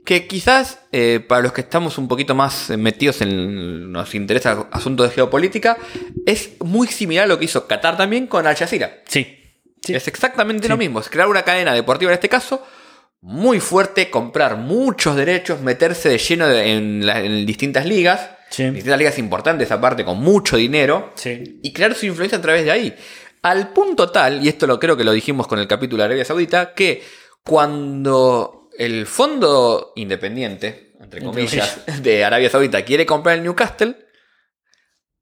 [SPEAKER 1] que quizás eh, para los que estamos un poquito más eh, metidos en nos interesa asuntos de geopolítica, es muy similar a lo que hizo Qatar también con Al Jazeera.
[SPEAKER 2] Sí. Sí.
[SPEAKER 1] Es exactamente lo mismo, es crear una cadena deportiva en este caso muy fuerte, comprar muchos derechos, meterse de lleno de- en, la- en distintas ligas
[SPEAKER 2] Sí.
[SPEAKER 1] distintas ligas importantes aparte, con mucho dinero,
[SPEAKER 2] Sí.
[SPEAKER 1] y crear su influencia a través de ahí. Al punto tal, y esto lo creo que lo dijimos con el capítulo de Arabia Saudita, que cuando el fondo independiente, entre
[SPEAKER 2] Entre
[SPEAKER 1] comillas, de Arabia Saudita quiere comprar el Newcastle,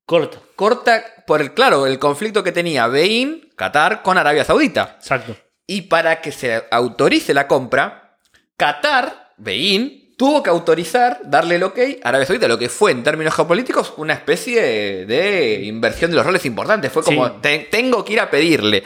[SPEAKER 2] Corto.
[SPEAKER 1] corta por el, claro, el conflicto que tenía Bein, Qatar, con Arabia Saudita.
[SPEAKER 2] Exacto.
[SPEAKER 1] Y para que se autorice la compra, Qatar, Bein, tuvo que autorizar, darle el ok a Arabia Saudita, lo que fue en términos geopolíticos una especie de inversión de los roles importantes. Fue como,
[SPEAKER 2] Sí.
[SPEAKER 1] "Te- tengo que ir a pedirle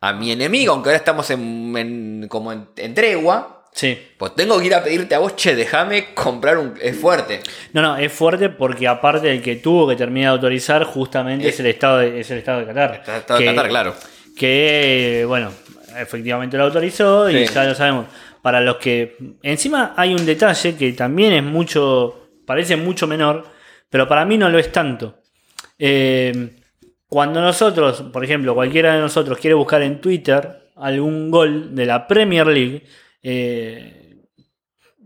[SPEAKER 1] a mi enemigo, aunque ahora estamos en, en- como en, en tregua,
[SPEAKER 2] Sí.
[SPEAKER 1] pues tengo que ir a pedirte a vos, che, déjame comprar un... Es fuerte.
[SPEAKER 2] No, no, es fuerte porque aparte del que tuvo que terminar de autorizar, justamente es,
[SPEAKER 1] Es-
[SPEAKER 2] el estado de, es el estado de Qatar.
[SPEAKER 1] Está- está
[SPEAKER 2] Que-
[SPEAKER 1] Qatar, claro.
[SPEAKER 2] Que, bueno, efectivamente lo autorizó y
[SPEAKER 1] Sí.
[SPEAKER 2] ya lo sabemos. Para los que. Encima hay un detalle que también es mucho. Parece mucho menor, pero para mí no lo es tanto. Eh, cuando nosotros, por ejemplo, cualquiera de nosotros quiere buscar en Twitter algún gol de la Premier League, eh,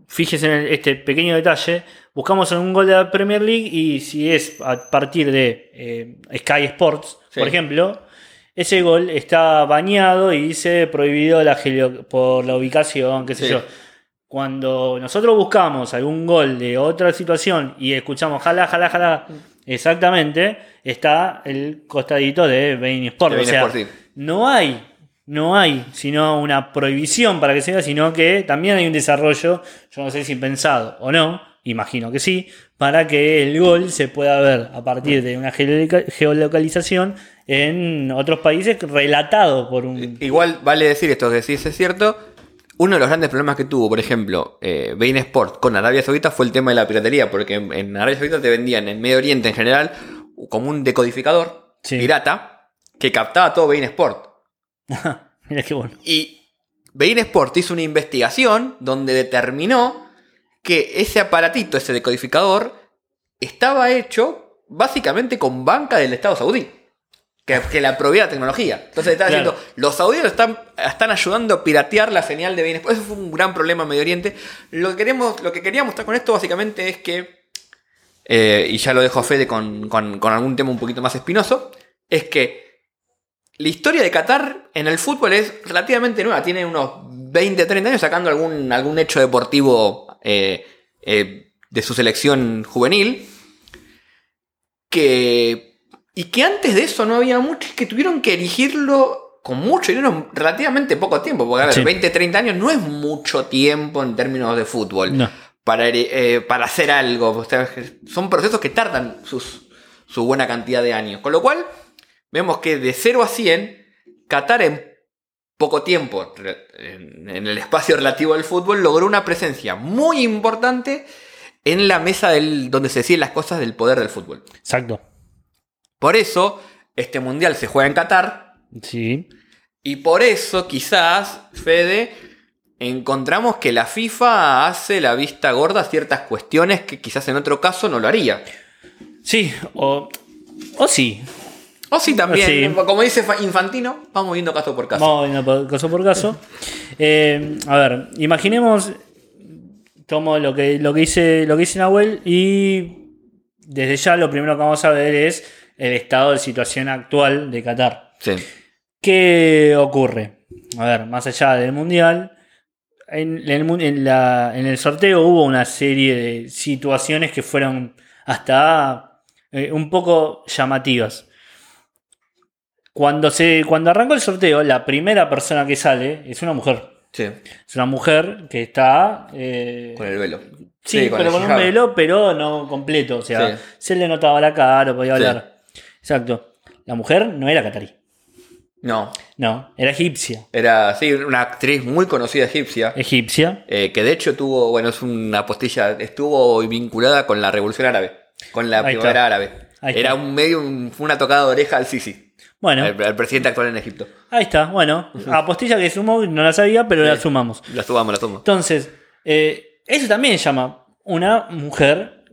[SPEAKER 2] fíjese en el- este pequeño detalle, buscamos en un gol de la Premier League y si es a partir de eh, Sky Sports,
[SPEAKER 1] Sí.
[SPEAKER 2] por ejemplo, ese gol está bañado y dice prohibido la gelio- por la ubicación, qué sé
[SPEAKER 1] Sí.
[SPEAKER 2] yo. Cuando nosotros buscamos algún gol de otra situación y escuchamos jala, jala,
[SPEAKER 1] Mm.
[SPEAKER 2] jala, exactamente, está el costadito de Bein Sport.
[SPEAKER 1] De
[SPEAKER 2] o
[SPEAKER 1] Bein
[SPEAKER 2] sea,
[SPEAKER 1] Sport, sí.
[SPEAKER 2] no hay, no hay, sino una prohibición para que se vea, sino que también hay un desarrollo, yo no sé si pensado o no, imagino que sí, para que el gol se pueda ver a partir de una geoloca- geolocalización en otros países relatado por un...
[SPEAKER 1] Igual vale decir esto, que si es cierto, uno de los grandes problemas que tuvo, por ejemplo, eh, Bein Sport con Arabia Saudita fue el tema de la piratería, porque en, en Arabia Saudita te vendían en Medio Oriente en general como un decodificador
[SPEAKER 2] Sí.
[SPEAKER 1] pirata que captaba todo Bein Sport.
[SPEAKER 2] Mira qué bueno.
[SPEAKER 1] Y Bein Sport hizo una investigación donde determinó que ese aparatito, ese decodificador, estaba hecho básicamente con banca del Estado saudí. Que, que la proveía la tecnología. Entonces estaba
[SPEAKER 2] Claro.
[SPEAKER 1] diciendo, los saudíes lo están, están ayudando a piratear la señal de Bein Sport. Eso fue un gran problema en Medio Oriente. Lo que, queremos, lo que queríamos estar con esto básicamente es que eh, y ya lo dejo a Fede con, con- con algún tema un poquito más espinoso, es que la historia de Qatar en el fútbol es relativamente nueva, tiene unos 20, 30 años sacando algún, algún hecho deportivo eh, eh, de su selección juvenil, que, y que antes de eso no había mucho, que tuvieron que erigirlo con mucho dinero en relativamente poco tiempo, porque a ver,
[SPEAKER 2] Sí.
[SPEAKER 1] 20, 30 años no es mucho tiempo en términos de fútbol
[SPEAKER 2] No.
[SPEAKER 1] para, ere- eh, para hacer algo. o sea, son procesos que tardan sus, su buena cantidad de años. Con lo cual, vemos que de 0 a 100, Qatar en poco tiempo, re- en, en el espacio relativo al fútbol, logró una presencia muy importante en la mesa del, donde se deciden las cosas del poder del fútbol.
[SPEAKER 2] Exacto.
[SPEAKER 1] Por eso, este mundial se juega en Qatar,
[SPEAKER 2] Sí.
[SPEAKER 1] y por eso, quizás, Fede, encontramos que la FIFA hace la vista gorda a ciertas cuestiones que quizás en otro caso no lo haría.
[SPEAKER 2] Sí, o, o sí.
[SPEAKER 1] O sí, también,
[SPEAKER 2] Sí.
[SPEAKER 1] como dice Fa- Infantino, vamos viendo caso por caso.
[SPEAKER 2] Vamos viendo por- caso por caso. Eh, a ver, imaginemos. Tomo lo que, lo que hice, lo que hice Nahuel y desde ya lo primero que vamos a ver es el estado de situación actual de Qatar.
[SPEAKER 1] Sí.
[SPEAKER 2] ¿Qué ocurre? A ver, más allá del Mundial, en el, mun- en la- en el sorteo hubo una serie de situaciones que fueron hasta eh, un poco llamativas. Cuando, se, cuando arrancó el sorteo, la primera persona que sale es una mujer.
[SPEAKER 1] sí,
[SPEAKER 2] Es una mujer que está... eh,
[SPEAKER 1] con el velo.
[SPEAKER 2] Sí,
[SPEAKER 1] con
[SPEAKER 2] pero
[SPEAKER 1] el
[SPEAKER 2] con un
[SPEAKER 1] hijab.
[SPEAKER 2] velo, pero no completo. O sea,
[SPEAKER 1] Sí.
[SPEAKER 2] se le notaba la cara, podía
[SPEAKER 1] Sí.
[SPEAKER 2] hablar. Exacto. La mujer no era catarí.
[SPEAKER 1] No,
[SPEAKER 2] No, era egipcia.
[SPEAKER 1] era sí, una actriz muy conocida egipcia.
[SPEAKER 2] Egipcia.
[SPEAKER 1] eh, que de hecho tuvo, bueno, es una postilla, estuvo vinculada con la Revolución Árabe, con la
[SPEAKER 2] Ahí está.
[SPEAKER 1] Primavera Árabe.
[SPEAKER 2] Ahí
[SPEAKER 1] Era
[SPEAKER 2] está.
[SPEAKER 1] un medio, un- fue una tocada de oreja al Sisi,
[SPEAKER 2] Bueno,
[SPEAKER 1] al- al presidente actual en Egipto.
[SPEAKER 2] ahí está. Bueno, apostilla que sumó, no la sabía, pero
[SPEAKER 1] Sí.
[SPEAKER 2] la sumamos.
[SPEAKER 1] La tomamos, la tomamos.
[SPEAKER 2] Entonces, eh, eso también llama una mujer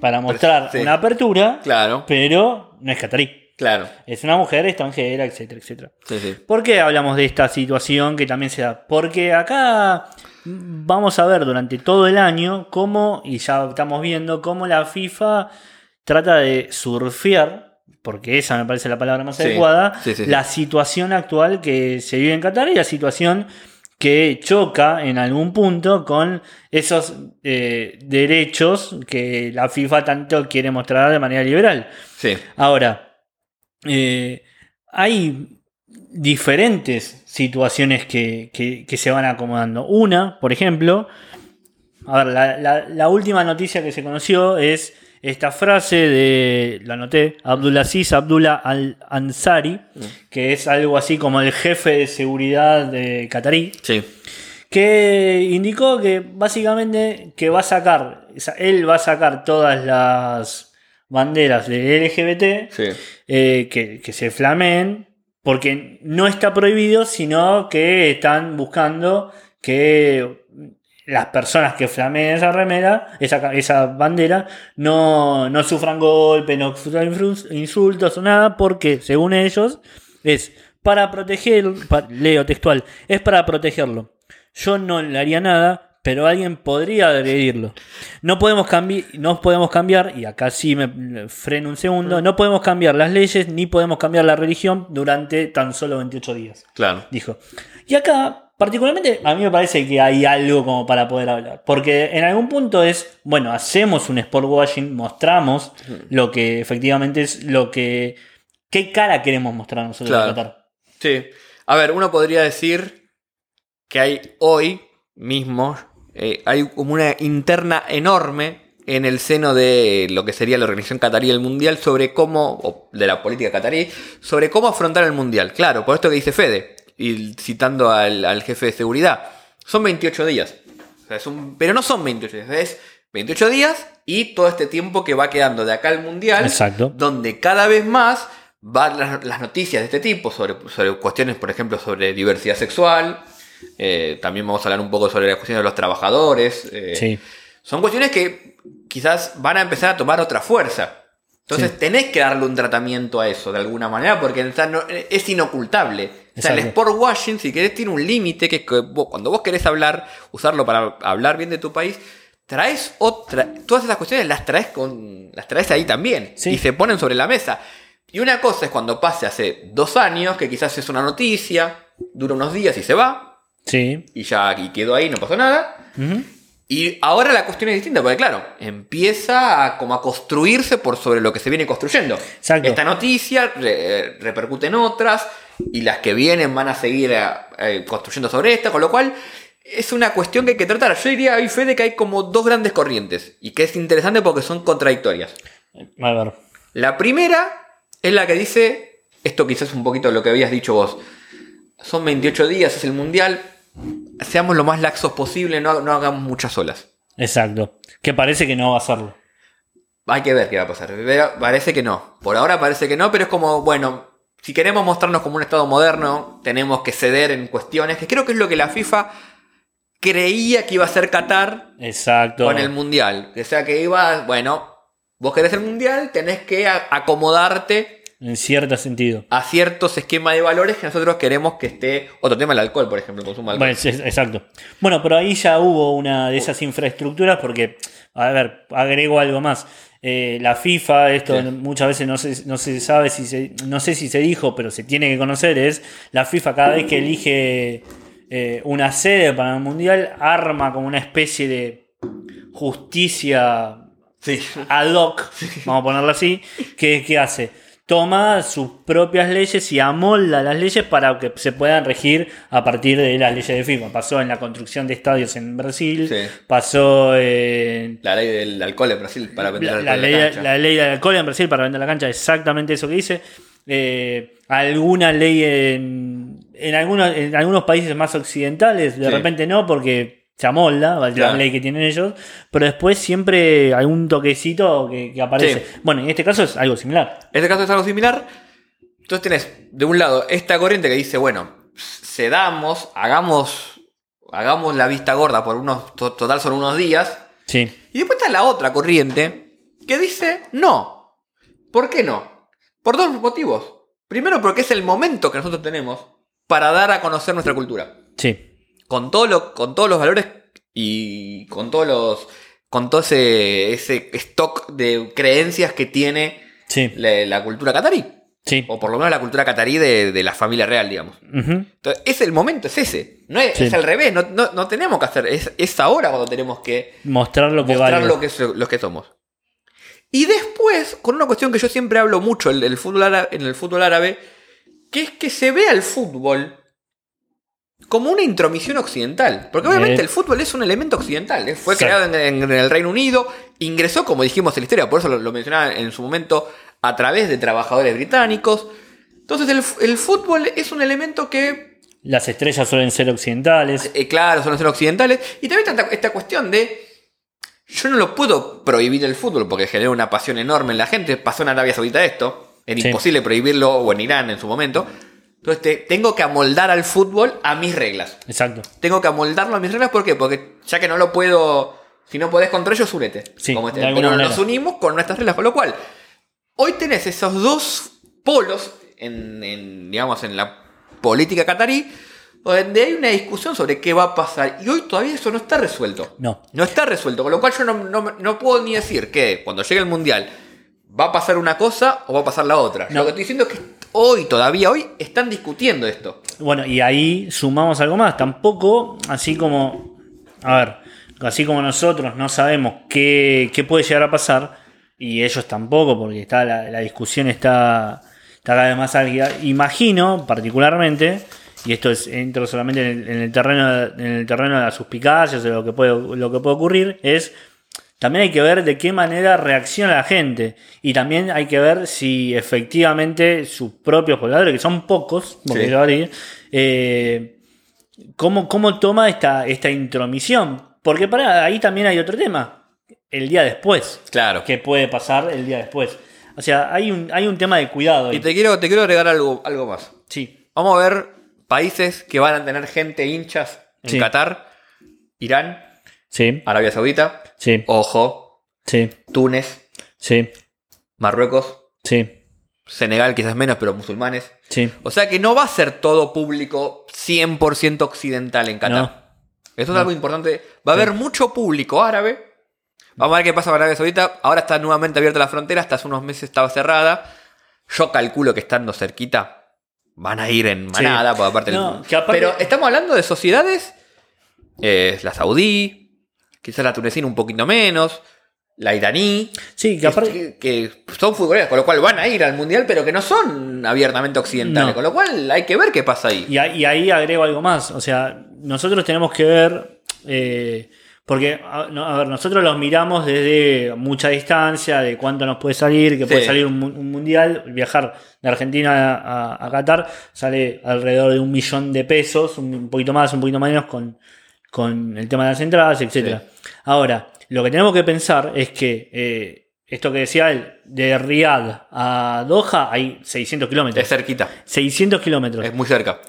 [SPEAKER 2] para mostrar
[SPEAKER 1] Pues, sí.
[SPEAKER 2] una apertura,
[SPEAKER 1] Claro,
[SPEAKER 2] pero no es catarí.
[SPEAKER 1] Claro.
[SPEAKER 2] Es una mujer extranjera, etcétera, etcétera.
[SPEAKER 1] Sí, sí.
[SPEAKER 2] ¿Por qué hablamos de esta situación que también se da? Porque acá vamos a ver durante todo el año cómo, y ya estamos viendo, cómo la FIFA trata de surfear, porque esa me parece la palabra más
[SPEAKER 1] Sí,
[SPEAKER 2] adecuada,
[SPEAKER 1] sí, sí, sí.
[SPEAKER 2] la situación actual que se vive en Qatar y la situación que choca en algún punto con esos eh, derechos que la FIFA tanto quiere mostrar de manera liberal.
[SPEAKER 1] Sí.
[SPEAKER 2] Ahora, eh, hay diferentes situaciones que, que- que se van acomodando. Una, por ejemplo, a ver, la, la- la última noticia que se conoció es esta frase de, la anoté, Abdulaziz Abdullah Al-Ansari, que es algo así como el jefe de seguridad de Qatarí
[SPEAKER 1] Sí.
[SPEAKER 2] que indicó que básicamente que va a sacar, o sea, él va a sacar todas las banderas del LGBT
[SPEAKER 1] Sí.
[SPEAKER 2] eh, que, que se flamen, porque no está prohibido, sino que están buscando que las personas que flameen esa remera, esa, ca- esa bandera, no, no sufran golpes, no sufran infru- insultos o nada, porque según ellos es para proteger, pa- leo textual, es para protegerlo. Yo no le haría nada, pero alguien podría agredirlo. No podemos, cambi- no podemos cambiar, y acá sí me- me freno un segundo, no podemos cambiar las leyes ni podemos cambiar la religión durante tan solo 28 días
[SPEAKER 1] Claro.
[SPEAKER 2] dijo. Y acá, particularmente, a mí me parece que hay algo como para poder hablar. Porque en algún punto es, bueno, hacemos un sport washing, mostramos lo que efectivamente es lo que. ¿Qué cara queremos mostrar nosotros
[SPEAKER 1] Claro.
[SPEAKER 2] a Qatar?
[SPEAKER 1] Sí. A ver, uno podría decir que hay hoy mismo, eh, hay como una interna enorme en el seno de lo que sería la organización catarí del mundial sobre cómo, o de la política catarí, sobre cómo afrontar el mundial. Claro, por esto que dice Fede, y citando al, al jefe de seguridad, son 28 días. O sea, es un- pero no son 28 días, es 28 días y todo este tiempo que va quedando de acá al mundial
[SPEAKER 2] Exacto.
[SPEAKER 1] donde cada vez más van las, las noticias de este tipo sobre, sobre cuestiones, por ejemplo, sobre diversidad sexual. Eh, también vamos a hablar un poco sobre la cuestión de los trabajadores. eh,
[SPEAKER 2] Sí.
[SPEAKER 1] Son cuestiones que quizás van a empezar a tomar otra fuerza. Entonces
[SPEAKER 2] Sí.
[SPEAKER 1] tenés que darle un tratamiento a eso de alguna manera porque o sea, no- es inocultable. O sea, el
[SPEAKER 2] Exacto.
[SPEAKER 1] sport washing, si querés, tiene un límite que, es que vos- cuando vos querés hablar, usarlo para hablar bien de tu país, traes otra, todas esas cuestiones las traes con, las traes ahí también
[SPEAKER 2] Sí.
[SPEAKER 1] y se ponen sobre la mesa. Y una cosa es cuando pase hace dos años, que quizás es una noticia, dura unos días y se va,
[SPEAKER 2] Sí.
[SPEAKER 1] y ya y quedó ahí, no pasó nada.
[SPEAKER 2] Ujú.
[SPEAKER 1] Y ahora la cuestión es distinta, porque claro, empieza a, como a construirse por sobre lo que se viene construyendo.
[SPEAKER 2] Exacto.
[SPEAKER 1] Esta noticia re- eh, repercute en otras y las que vienen van a seguir eh, eh, construyendo sobre esta, con lo cual es una cuestión que hay que tratar. Yo diría ahí, Fede, que hay como dos grandes corrientes y que es interesante porque son contradictorias.
[SPEAKER 2] A ver.
[SPEAKER 1] La primera es la que dice, esto quizás es un poquito lo que habías dicho vos, son 28 días, es el mundial, seamos lo más laxos posible, no, no hagamos muchas olas.
[SPEAKER 2] Exacto. Que parece que no va a hacerlo.
[SPEAKER 1] Hay que ver qué va a pasar. Pero Parece que no. Por ahora parece que no, pero es como, bueno, si queremos mostrarnos como un Estado moderno, tenemos que ceder en cuestiones, que creo que es lo que la FIFA creía que iba a hacer Qatar
[SPEAKER 2] Exacto.
[SPEAKER 1] con el Mundial. O sea que iba, bueno, vos querés el Mundial, tenés que a- acomodarte
[SPEAKER 2] En cierto sentido.
[SPEAKER 1] a ciertos esquemas de valores que nosotros queremos que esté... Otro tema, el alcohol, por ejemplo, el consumo de alcohol.
[SPEAKER 2] Bueno, es- es- exacto. Bueno, pero ahí ya hubo una de esas infraestructuras porque, a ver, agrego algo más. Eh, la FIFA, esto
[SPEAKER 1] Sí.
[SPEAKER 2] muchas veces no se, no se sabe si se, no sé si se dijo, pero se tiene que conocer, es la FIFA cada vez que elige eh, una sede para el Mundial, arma como una especie de justicia
[SPEAKER 1] sí.
[SPEAKER 2] ad hoc, vamos a ponerlo así, que, que hace? Toma sus propias leyes y amolda las leyes para que se puedan regir a partir de las leyes de FIFA. Pasó en la construcción de estadios en Brasil,
[SPEAKER 1] Sí.
[SPEAKER 2] pasó en
[SPEAKER 1] La ley del alcohol en Brasil para vender
[SPEAKER 2] la,
[SPEAKER 1] alcohol
[SPEAKER 2] la
[SPEAKER 1] en
[SPEAKER 2] ley,
[SPEAKER 1] cancha.
[SPEAKER 2] la ley del alcohol en Brasil para vender la cancha, exactamente eso que dice. Eh, alguna ley en, en, algunos, en algunos países más occidentales, de
[SPEAKER 1] Sí.
[SPEAKER 2] repente no, porque se amolda la
[SPEAKER 1] Claro.
[SPEAKER 2] ley que tienen ellos, pero después siempre algún toquecito que, que aparece.
[SPEAKER 1] Sí.
[SPEAKER 2] Bueno, en este caso es algo similar.
[SPEAKER 1] En este caso es algo similar. Entonces tenés, de un lado, esta corriente que dice, bueno, cedamos, hagamos, hagamos la vista gorda por unos, to- total son unos días.
[SPEAKER 2] Sí,
[SPEAKER 1] Y después está la otra corriente que dice, no, ¿por qué no? Por dos motivos. Primero, porque es el momento que nosotros tenemos para dar a conocer nuestra cultura.
[SPEAKER 2] Sí.
[SPEAKER 1] Con, todo lo- con todos los valores y con todos los. con todo ese, ese stock de creencias que tiene
[SPEAKER 2] Sí.
[SPEAKER 1] la, la cultura catarí.
[SPEAKER 2] Sí.
[SPEAKER 1] O por lo menos la cultura catarí de, de la familia real, digamos.
[SPEAKER 2] Ujú.
[SPEAKER 1] Entonces, es el momento, es ese. No es,
[SPEAKER 2] Sí.
[SPEAKER 1] es al revés, no, no- no tenemos que hacer. Es, es ahora cuando tenemos que
[SPEAKER 2] Mostrar lo que
[SPEAKER 1] mostrar
[SPEAKER 2] vale.
[SPEAKER 1] lo que, so- lo que somos. Y después, con una cuestión que yo siempre hablo mucho en el fútbol ára- en el fútbol árabe, que es que se ve al fútbol como una intromisión occidental. Porque obviamente
[SPEAKER 2] Eh.
[SPEAKER 1] el fútbol es un elemento occidental. ¿eh? Fue
[SPEAKER 2] Exacto.
[SPEAKER 1] creado en, en el Reino Unido, ingresó, como dijimos en la historia, por eso lo, lo mencionaba en su momento, a través de trabajadores británicos. Entonces el f- el fútbol es un elemento que
[SPEAKER 2] Las estrellas suelen ser occidentales.
[SPEAKER 1] eh, claro, son los occidentales. Y también está esta, esta cuestión de. Yo no lo puedo prohibir el fútbol porque genera una pasión enorme en la gente. Pasó en Arabia Saudita esto. Es
[SPEAKER 2] Sí.
[SPEAKER 1] imposible prohibirlo, o en Irán en su momento. Entonces te- tengo que amoldar al fútbol a mis reglas.
[SPEAKER 2] Exacto.
[SPEAKER 1] Tengo que amoldarlo a mis reglas, ¿por qué? Porque ya que no lo puedo. Si no podés contra ellos, únete.
[SPEAKER 2] Sí,
[SPEAKER 1] Como este.
[SPEAKER 2] de alguna
[SPEAKER 1] Pero
[SPEAKER 2] manera.
[SPEAKER 1] nos unimos con nuestras reglas. Por lo cual, hoy tenés esos dos polos en, en, digamos, en la política catarí, donde hay una discusión sobre qué va a pasar. Y hoy todavía eso no está resuelto.
[SPEAKER 2] No.
[SPEAKER 1] No está resuelto. Con lo cual yo no, no- no puedo ni decir que cuando llegue el Mundial va a pasar una cosa o va a pasar la otra.
[SPEAKER 2] No.
[SPEAKER 1] Lo que estoy diciendo es que hoy, todavía hoy, están discutiendo esto.
[SPEAKER 2] Bueno, y ahí sumamos algo más. Tampoco, así como. A ver, así como nosotros no sabemos qué, qué puede llegar a pasar, y ellos tampoco, porque está la, la discusión está, está cada vez más álgida. Imagino, particularmente, y esto es, entro solamente en el, en el terreno, en el terreno de las suspicacias, de lo que puede, lo que puede ocurrir, es. También hay que ver de qué manera reacciona la gente. Y también hay que ver si efectivamente sus propios pobladores, que son pocos, porque
[SPEAKER 1] Sí.
[SPEAKER 2] yo abrí, eh, ¿cómo, cómo toma esta, esta intromisión? Porque para ahí también hay otro tema. El día después.
[SPEAKER 1] Claro.
[SPEAKER 2] ¿Qué puede pasar el día después? O sea, hay un, hay un tema de cuidado. ahí.
[SPEAKER 1] Y te quiero, te quiero agregar algo, algo más.
[SPEAKER 2] Sí.
[SPEAKER 1] Vamos a ver países que van a tener gente hinchas en
[SPEAKER 2] Sí.
[SPEAKER 1] Qatar, Irán,
[SPEAKER 2] Sí.
[SPEAKER 1] Arabia Saudita,
[SPEAKER 2] Sí.
[SPEAKER 1] ojo,
[SPEAKER 2] Sí.
[SPEAKER 1] Túnez,
[SPEAKER 2] Sí.
[SPEAKER 1] Marruecos,
[SPEAKER 2] Sí.
[SPEAKER 1] Senegal quizás menos, pero musulmanes.
[SPEAKER 2] Sí.
[SPEAKER 1] O sea que no va a ser todo público 100% occidental en Qatar.
[SPEAKER 2] No.
[SPEAKER 1] Esto es algo importante. Va a haber mucho público árabe. Vamos a ver qué pasa con Arabia Saudita. Ahora está nuevamente abierta la frontera. Hasta hace unos meses estaba cerrada. Yo calculo que estando cerquita van a ir en manada.
[SPEAKER 2] Sí.
[SPEAKER 1] porque aparte
[SPEAKER 2] No, que aparte-
[SPEAKER 1] Pero estamos hablando de sociedades. eh, la saudí, quizás la tunecina un poquito menos, la iraní.
[SPEAKER 2] Sí, que
[SPEAKER 1] Que,
[SPEAKER 2] aparte.
[SPEAKER 1] que son futboleras, con lo cual van a ir al mundial, pero que no son abiertamente occidentales.
[SPEAKER 2] No.
[SPEAKER 1] Con lo cual hay que ver qué pasa ahí.
[SPEAKER 2] Y, ahí- y ahí agrego algo más. O sea, nosotros tenemos que ver. eh, porque, a, no, a ver, nosotros los miramos desde mucha distancia, de cuánto nos puede salir, que puede
[SPEAKER 1] Sí.
[SPEAKER 2] salir un, mu- un mundial. Viajar de Argentina a, a- a Qatar sale alrededor de un millón de pesos, un, un poquito más, un poquito menos, con, con el tema de las entradas, etcétera Ahora, lo que tenemos que pensar es que eh, esto que decía él, de Riyadh a Doha hay 600
[SPEAKER 1] Es
[SPEAKER 2] kilómetros.
[SPEAKER 1] cerquita,
[SPEAKER 2] 600 kilómetros.
[SPEAKER 1] es muy cerca.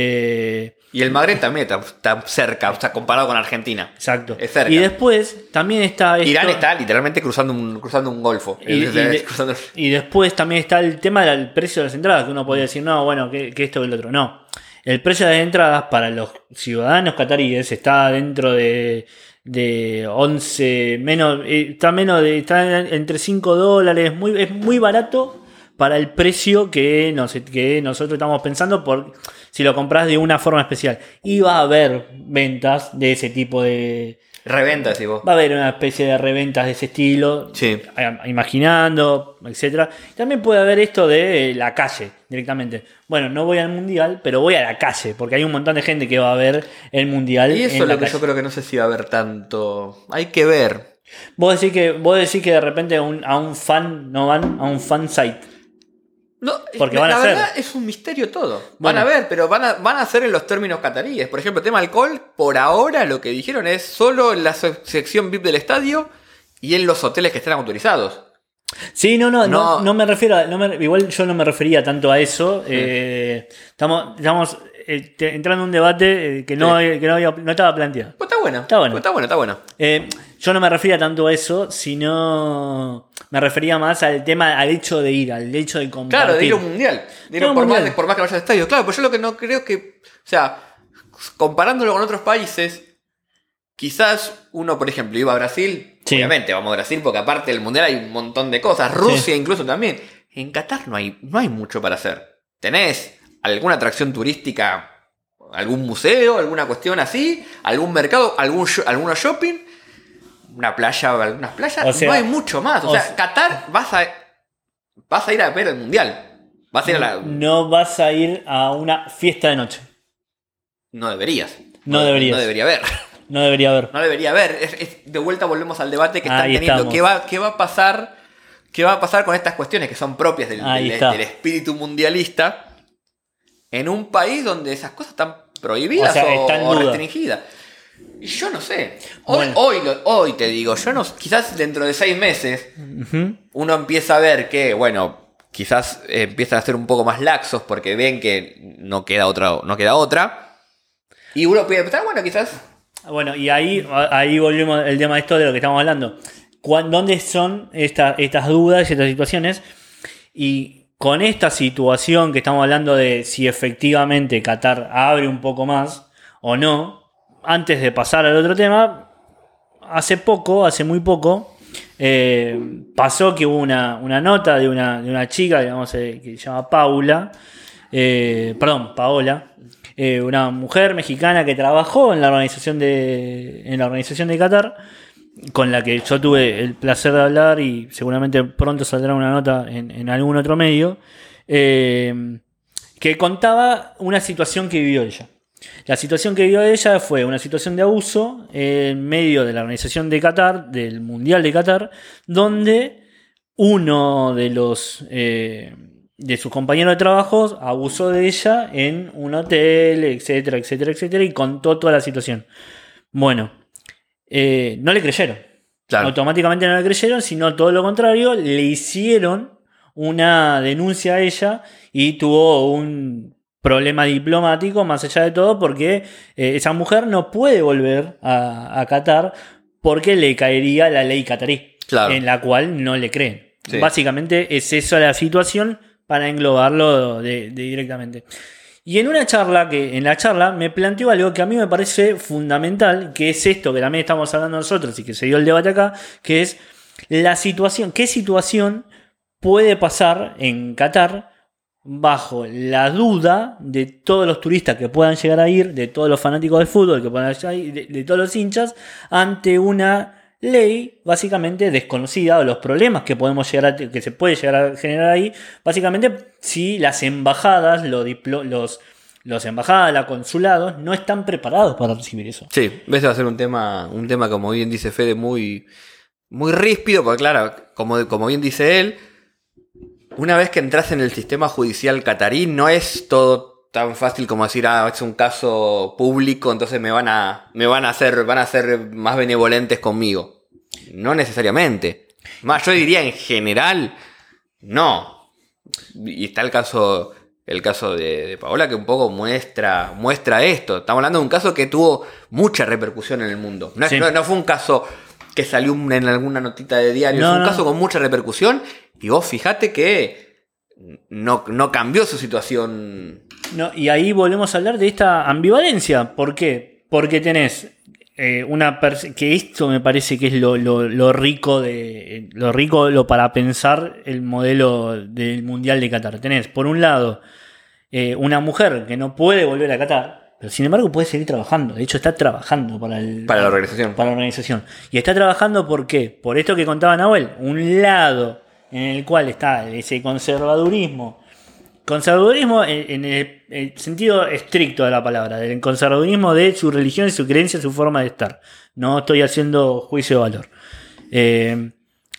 [SPEAKER 2] Eh,
[SPEAKER 1] Y el Magreb también está, está cerca, o sea, comparado con Argentina.
[SPEAKER 2] exacto.
[SPEAKER 1] Es cerca.
[SPEAKER 2] Y después también está. esto-
[SPEAKER 1] Irán está literalmente cruzando un, cruzando un golfo. Eh,
[SPEAKER 2] Y, y de-
[SPEAKER 1] Cruzando-
[SPEAKER 2] y después también está el tema del precio de las entradas, que uno podría decir, no, bueno, que, que esto que el otro. No. El precio de las entradas para los ciudadanos cataríes está dentro de, de 11, menos, eh, está menos de, está entre 5 dólares, muy, es muy barato para el precio que, nos- que nosotros estamos pensando por si lo compras de una forma especial. Y va a haber ventas de ese tipo de,
[SPEAKER 1] Reventa, decís vos.
[SPEAKER 2] Va a haber una especie de reventas de ese estilo,
[SPEAKER 1] Sí.
[SPEAKER 2] eh, imaginando, etcétera. También puede haber esto de eh, la calle directamente. Bueno, no voy al mundial, pero voy a la calle, porque hay un montón de gente que va a ver el mundial.
[SPEAKER 1] Y eso
[SPEAKER 2] en
[SPEAKER 1] es
[SPEAKER 2] la
[SPEAKER 1] lo que
[SPEAKER 2] calle.
[SPEAKER 1] yo creo que no sé si va a haber tanto. Hay que ver.
[SPEAKER 2] Vos decís que, vos decís que de repente a un, a un fan no van a un fan site.
[SPEAKER 1] No,
[SPEAKER 2] Porque
[SPEAKER 1] la,
[SPEAKER 2] van a
[SPEAKER 1] la
[SPEAKER 2] hacer.
[SPEAKER 1] verdad es un misterio todo. Van
[SPEAKER 2] Bueno.
[SPEAKER 1] a ver, pero van a, van a hacer en los términos cataríes. Por ejemplo, tema alcohol, por ahora lo que dijeron es solo en la sec- sección VIP del estadio y en los hoteles que estén autorizados.
[SPEAKER 2] Sí, no, no, no,
[SPEAKER 1] No. Mm.
[SPEAKER 2] no me refiero a, no me- Igual yo no me refería tanto a eso. eh, estamos, estamos eh, te- entrando en un debate eh, que, no, había- que no, había- no estaba planteado.
[SPEAKER 1] Pues está bueno.
[SPEAKER 2] Está bueno.
[SPEAKER 1] Pues está bueno, está bueno.
[SPEAKER 2] Eh, yo no me refería tanto a eso, sino me refería más al tema, al hecho de ir, al hecho de compartir.
[SPEAKER 1] Claro, de ir a un mundial. De ir a-
[SPEAKER 2] No,
[SPEAKER 1] por,
[SPEAKER 2] mundial.
[SPEAKER 1] Más, por más que vaya al estadio. Claro, pues yo lo que no creo es que. O sea, comparándolo con otros países, quizás uno, por ejemplo, iba a Brasil.
[SPEAKER 2] Sí.
[SPEAKER 1] Obviamente, vamos a Brasil porque aparte del mundial hay un montón de cosas. Rusia incluso también. En Qatar no hay, no hay mucho para hacer. ¿Tenés alguna atracción turística? ¿Algún museo? ¿Alguna cuestión así? ¿Algún mercado? ¿Algún sho- algunos shopping? ¿Una playa? ¿Algunas playas?
[SPEAKER 2] O sea,
[SPEAKER 1] no hay mucho más. O,
[SPEAKER 2] o
[SPEAKER 1] sea,
[SPEAKER 2] sea-
[SPEAKER 1] Qatar vas a, vas a ir a ver el mundial. Vas a ir a la.
[SPEAKER 2] No vas a ir a una fiesta de noche.
[SPEAKER 1] No deberías.
[SPEAKER 2] No deberías.
[SPEAKER 1] No debería haber.
[SPEAKER 2] No debería haber.
[SPEAKER 1] No debería haber. Es- es- de vuelta volvemos al debate que están
[SPEAKER 2] Ahí
[SPEAKER 1] teniendo.
[SPEAKER 2] estamos.
[SPEAKER 1] ¿Qué va, qué va a pasar? ¿Qué va a pasar con estas cuestiones que son propias del,
[SPEAKER 2] Ahí
[SPEAKER 1] del-
[SPEAKER 2] está.
[SPEAKER 1] del espíritu mundialista en un país donde esas cosas están prohibidas
[SPEAKER 2] O sea,
[SPEAKER 1] o,
[SPEAKER 2] está en
[SPEAKER 1] o
[SPEAKER 2] duda.
[SPEAKER 1] restringidas? Y yo no sé. Hoy,
[SPEAKER 2] Bueno.
[SPEAKER 1] hoy, lo- hoy te digo, yo no quizás dentro de seis meses
[SPEAKER 2] Ujú.
[SPEAKER 1] uno empieza a ver que, bueno, quizás eh, empiezan a ser un poco más laxos porque ven que no queda otra, no queda otra. Y uno puede pensar, bueno, quizás.
[SPEAKER 2] Bueno, y ahí, ahí volvemos el tema de esto de lo que estamos hablando. Cuán- ¿Dónde son esta- estas dudas y estas situaciones? Y con esta situación que estamos hablando de si efectivamente Qatar abre un poco más o no, antes de pasar al otro tema, hace poco, hace muy poco, eh, pasó que hubo una, una nota de una, de una chica, digamos, eh, que se llama Paula, eh, perdón, Paola, eh, una mujer mexicana que trabajó en la organización de, en la organización de Qatar, con la que yo tuve el placer de hablar y seguramente pronto saldrá una nota en, en algún otro medio, eh, que contaba una situación que vivió ella. La situación que vivió ella fue una situación de abuso en medio de la organización de Qatar, del Mundial de Qatar, donde uno de los eh, de sus compañeros de trabajo abusó de ella en un hotel, etcétera, etcétera, etcétera, y contó toda la situación. Bueno, eh, no le creyeron. Automáticamente no le creyeron, sino todo lo contrario, le hicieron una denuncia a ella y tuvo un problema diplomático más allá de todo porque eh, esa mujer no puede volver a, a Qatar porque le caería la ley catarí,
[SPEAKER 1] Claro.
[SPEAKER 2] en la cual no le creen.
[SPEAKER 1] Sí.
[SPEAKER 2] Básicamente es eso la situación para englobarlo de- de directamente. Y en una charla que en la charla me planteó algo que a mí me parece fundamental, que es esto que también estamos hablando nosotros y que se dio el debate acá, que es la situación, qué situación puede pasar en Qatar bajo la duda de todos los turistas que puedan llegar a ir, de todos los fanáticos del fútbol que puedan llegar a ir, de, de todos los hinchas, ante una ley básicamente desconocida o los problemas que podemos llegar a, que se puede llegar a generar ahí, básicamente si las embajadas, los, diplo- los, los embajadas, los consulados no están preparados para recibir eso.
[SPEAKER 1] Sí, ese va a ser un tema, un tema como bien dice Fede, muy, muy ríspido, porque claro, como, como bien dice él, una vez que entras en el sistema judicial catarí, no es todo tan fácil como decir, ah, es un caso público, entonces me van a, me van a hacer, van a ser más benevolentes conmigo. No necesariamente. Más, yo diría en general, no. Y está el caso, el caso de, de Paola que un poco muestra, muestra esto. Estamos hablando de un caso que tuvo mucha repercusión en el mundo. No, es-
[SPEAKER 2] Sí.
[SPEAKER 1] no- no fue un caso que salió un- en alguna notita de diario.
[SPEAKER 2] No,
[SPEAKER 1] es un
[SPEAKER 2] no.
[SPEAKER 1] caso con mucha repercusión. Y vos fijate que no, no cambió su situación.
[SPEAKER 2] No, y ahí volvemos a hablar de esta ambivalencia. ¿Por qué? Porque tenés eh, una pers- que esto me parece que es lo, lo- lo rico de eh, lo rico lo para pensar el modelo del mundial de Qatar. Tenés por un lado eh, una mujer que no puede volver a Qatar, pero sin embargo puede seguir trabajando. De hecho está trabajando para el
[SPEAKER 1] Para la organización.
[SPEAKER 2] Para la organización. Y está trabajando por qué? Por esto que contaba Nahuel, un lado en el cual está ese conservadurismo Conservadurismo en, en el, el sentido estricto de la palabra, del conservadurismo de su religión, su creencia, su forma de estar. No estoy haciendo juicio de valor. Eh,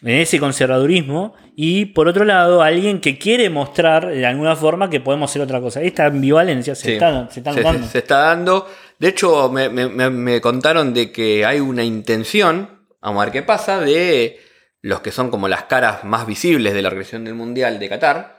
[SPEAKER 2] en ese conservadurismo y por otro lado alguien que quiere mostrar de alguna forma que podemos hacer otra cosa. Esta ambivalencia se
[SPEAKER 1] Sí.
[SPEAKER 2] está, se está
[SPEAKER 1] Se-
[SPEAKER 2] notando.
[SPEAKER 1] se- se está dando. De hecho, me, me- me- me contaron de que hay una intención, vamos a ver qué pasa, de los que son como las caras más visibles de la organización del Mundial de Qatar,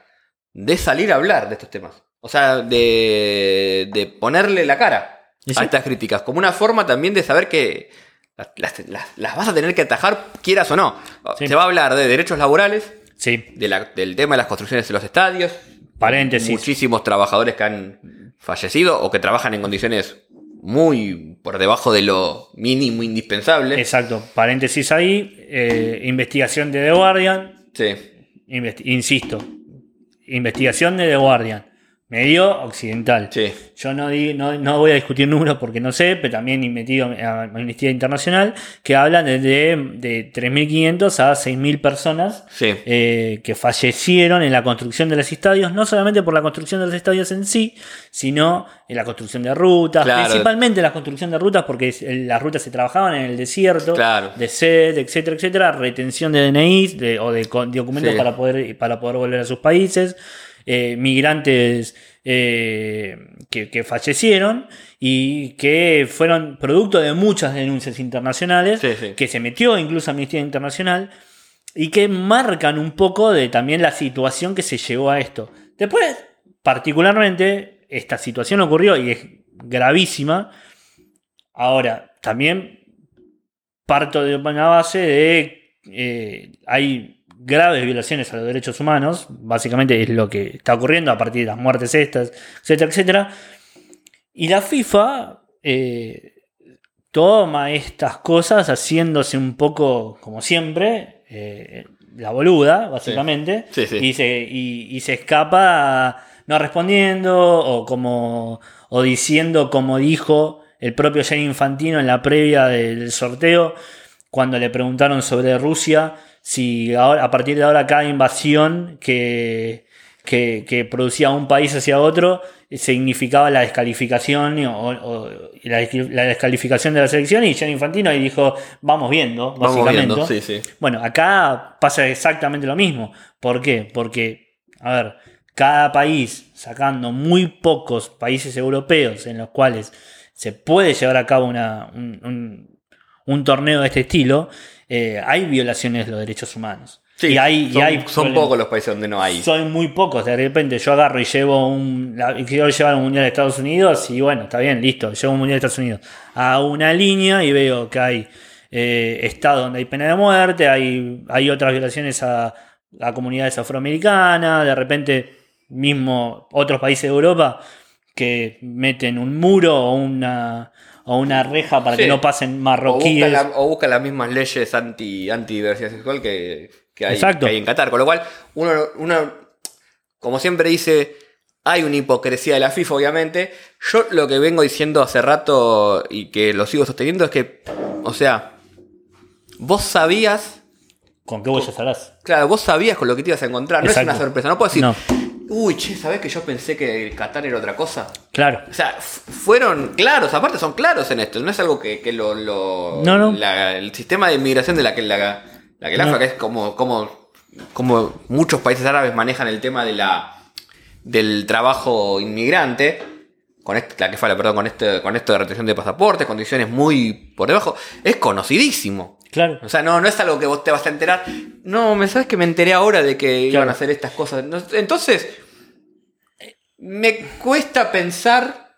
[SPEAKER 1] de salir a hablar de estos temas. O sea, de, de ponerle la cara
[SPEAKER 2] ¿Y sí?
[SPEAKER 1] a estas críticas. Como una forma también de saber que las, las- las- las vas a tener que atajar, quieras o no.
[SPEAKER 2] Sí.
[SPEAKER 1] Se va a hablar de derechos laborales,
[SPEAKER 2] Sí,
[SPEAKER 1] de la- del tema de las construcciones de los estadios.
[SPEAKER 2] paréntesis.
[SPEAKER 1] Muchísimos trabajadores que han fallecido o que trabajan en condiciones muy por debajo de lo mínimo indispensable.
[SPEAKER 2] Exacto, paréntesis ahí. eh, investigación de The Guardian.
[SPEAKER 1] Sí,
[SPEAKER 2] investi- insisto, investigación de The Guardian. Medio occidental.
[SPEAKER 1] sí.
[SPEAKER 2] Yo no, di- no, no voy a discutir números porque no sé, pero también he metido a Amnistía Internacional, que hablan de, de, de 3.500 a 6.000 personas
[SPEAKER 1] Sí.
[SPEAKER 2] eh, que fallecieron en la construcción de los estadios, no solamente por la construcción de los estadios en sí, sino en la construcción de rutas,
[SPEAKER 1] Claro.
[SPEAKER 2] principalmente la construcción de rutas, porque es- el- las rutas se trabajaban en el desierto,
[SPEAKER 1] Claro.
[SPEAKER 2] de sed, etcétera, etcétera, retención de DNI de- o de, co- de documentos
[SPEAKER 1] Sí.
[SPEAKER 2] para, poder, para poder volver a sus países, eh, migrantes eh, que, que fallecieron y que fueron producto de muchas denuncias internacionales,
[SPEAKER 1] Sí, sí.
[SPEAKER 2] que se metió incluso Amnistía Internacional y que marcan un poco de también la situación que se llegó a esto. Después, particularmente, esta situación ocurrió y es gravísima. Ahora, también parto de una base de eh, hay graves violaciones a los derechos humanos, básicamente es lo que está ocurriendo a partir de las muertes estas, etcétera, etcétera. Y la FIFA eh, toma estas cosas haciéndose un poco, como siempre, eh, la boluda, básicamente,
[SPEAKER 1] Sí, sí.
[SPEAKER 2] Y, se, y- y se escapa no respondiendo o como o diciendo como dijo el propio Gianni Infantino en la previa del sorteo cuando le preguntaron sobre Rusia si ahora, a partir de ahora cada invasión que, que, que producía un país hacia otro significaba la descalificación o, o- y la, desqui- la descalificación de la selección y Gianni Infantino ahí dijo vamos viendo
[SPEAKER 1] Vamos
[SPEAKER 2] básicamente
[SPEAKER 1] viendo. Sí, sí.
[SPEAKER 2] bueno, acá pasa exactamente lo mismo. ¿Por qué? Porque, a ver, cada país, sacando muy pocos países europeos en los cuales se puede llevar a cabo una- un, un- un torneo de este estilo, eh, hay violaciones de los derechos humanos.
[SPEAKER 1] Sí,
[SPEAKER 2] y hay, y
[SPEAKER 1] son,
[SPEAKER 2] hay
[SPEAKER 1] son
[SPEAKER 2] problemas.
[SPEAKER 1] pocos los países donde no hay.
[SPEAKER 2] Son muy pocos. De repente yo agarro y llevo un. la- Quiero llevar un mundial de Estados Unidos y bueno, está bien, listo. Llevo un mundial de Estados Unidos a una línea y veo que hay eh, estados donde hay pena de muerte, hay, hay otras violaciones a, a comunidades afroamericanas, de repente mismo otros países de Europa que meten un muro o una, o una reja para que
[SPEAKER 1] Sí.
[SPEAKER 2] no pasen
[SPEAKER 1] o, buscan
[SPEAKER 2] marroquíes.
[SPEAKER 1] la- o buscan las mismas leyes anti, diversidad sexual que, que hay,
[SPEAKER 2] Exacto.
[SPEAKER 1] que hay en Qatar. Con lo cual, uno, uno, como siempre dice, hay una hipocresía de la FIFA, obviamente. Yo lo que vengo diciendo hace rato y que lo sigo sosteniendo es que, o sea, vos sabías,
[SPEAKER 2] ¿Con qué huellas harás?
[SPEAKER 1] claro, vos sabías con lo que te ibas a encontrar. No
[SPEAKER 2] Exacto.
[SPEAKER 1] es una sorpresa. No puedo decir,
[SPEAKER 2] No.
[SPEAKER 1] uy, che, ¿sabés que yo pensé que el Qatar era otra cosa?
[SPEAKER 2] Claro.
[SPEAKER 1] O sea, f- fueron claros, aparte son claros en esto, no es algo que, que lo... lo-
[SPEAKER 2] No, no.
[SPEAKER 1] la- el sistema de inmigración de la que la, la que la
[SPEAKER 2] No.
[SPEAKER 1] AFA, que es como, como, como muchos países árabes manejan el tema de la del trabajo inmigrante, con este- la que fala, perdón, con, este, con esto de retención de pasaportes, condiciones muy por debajo, es conocidísimo.
[SPEAKER 2] Claro.
[SPEAKER 1] O sea, no, no es algo que vos te vas a enterar. No, me sabes que me enteré ahora de que iban
[SPEAKER 2] Claro.
[SPEAKER 1] a hacer estas cosas. No, entonces, me cuesta pensar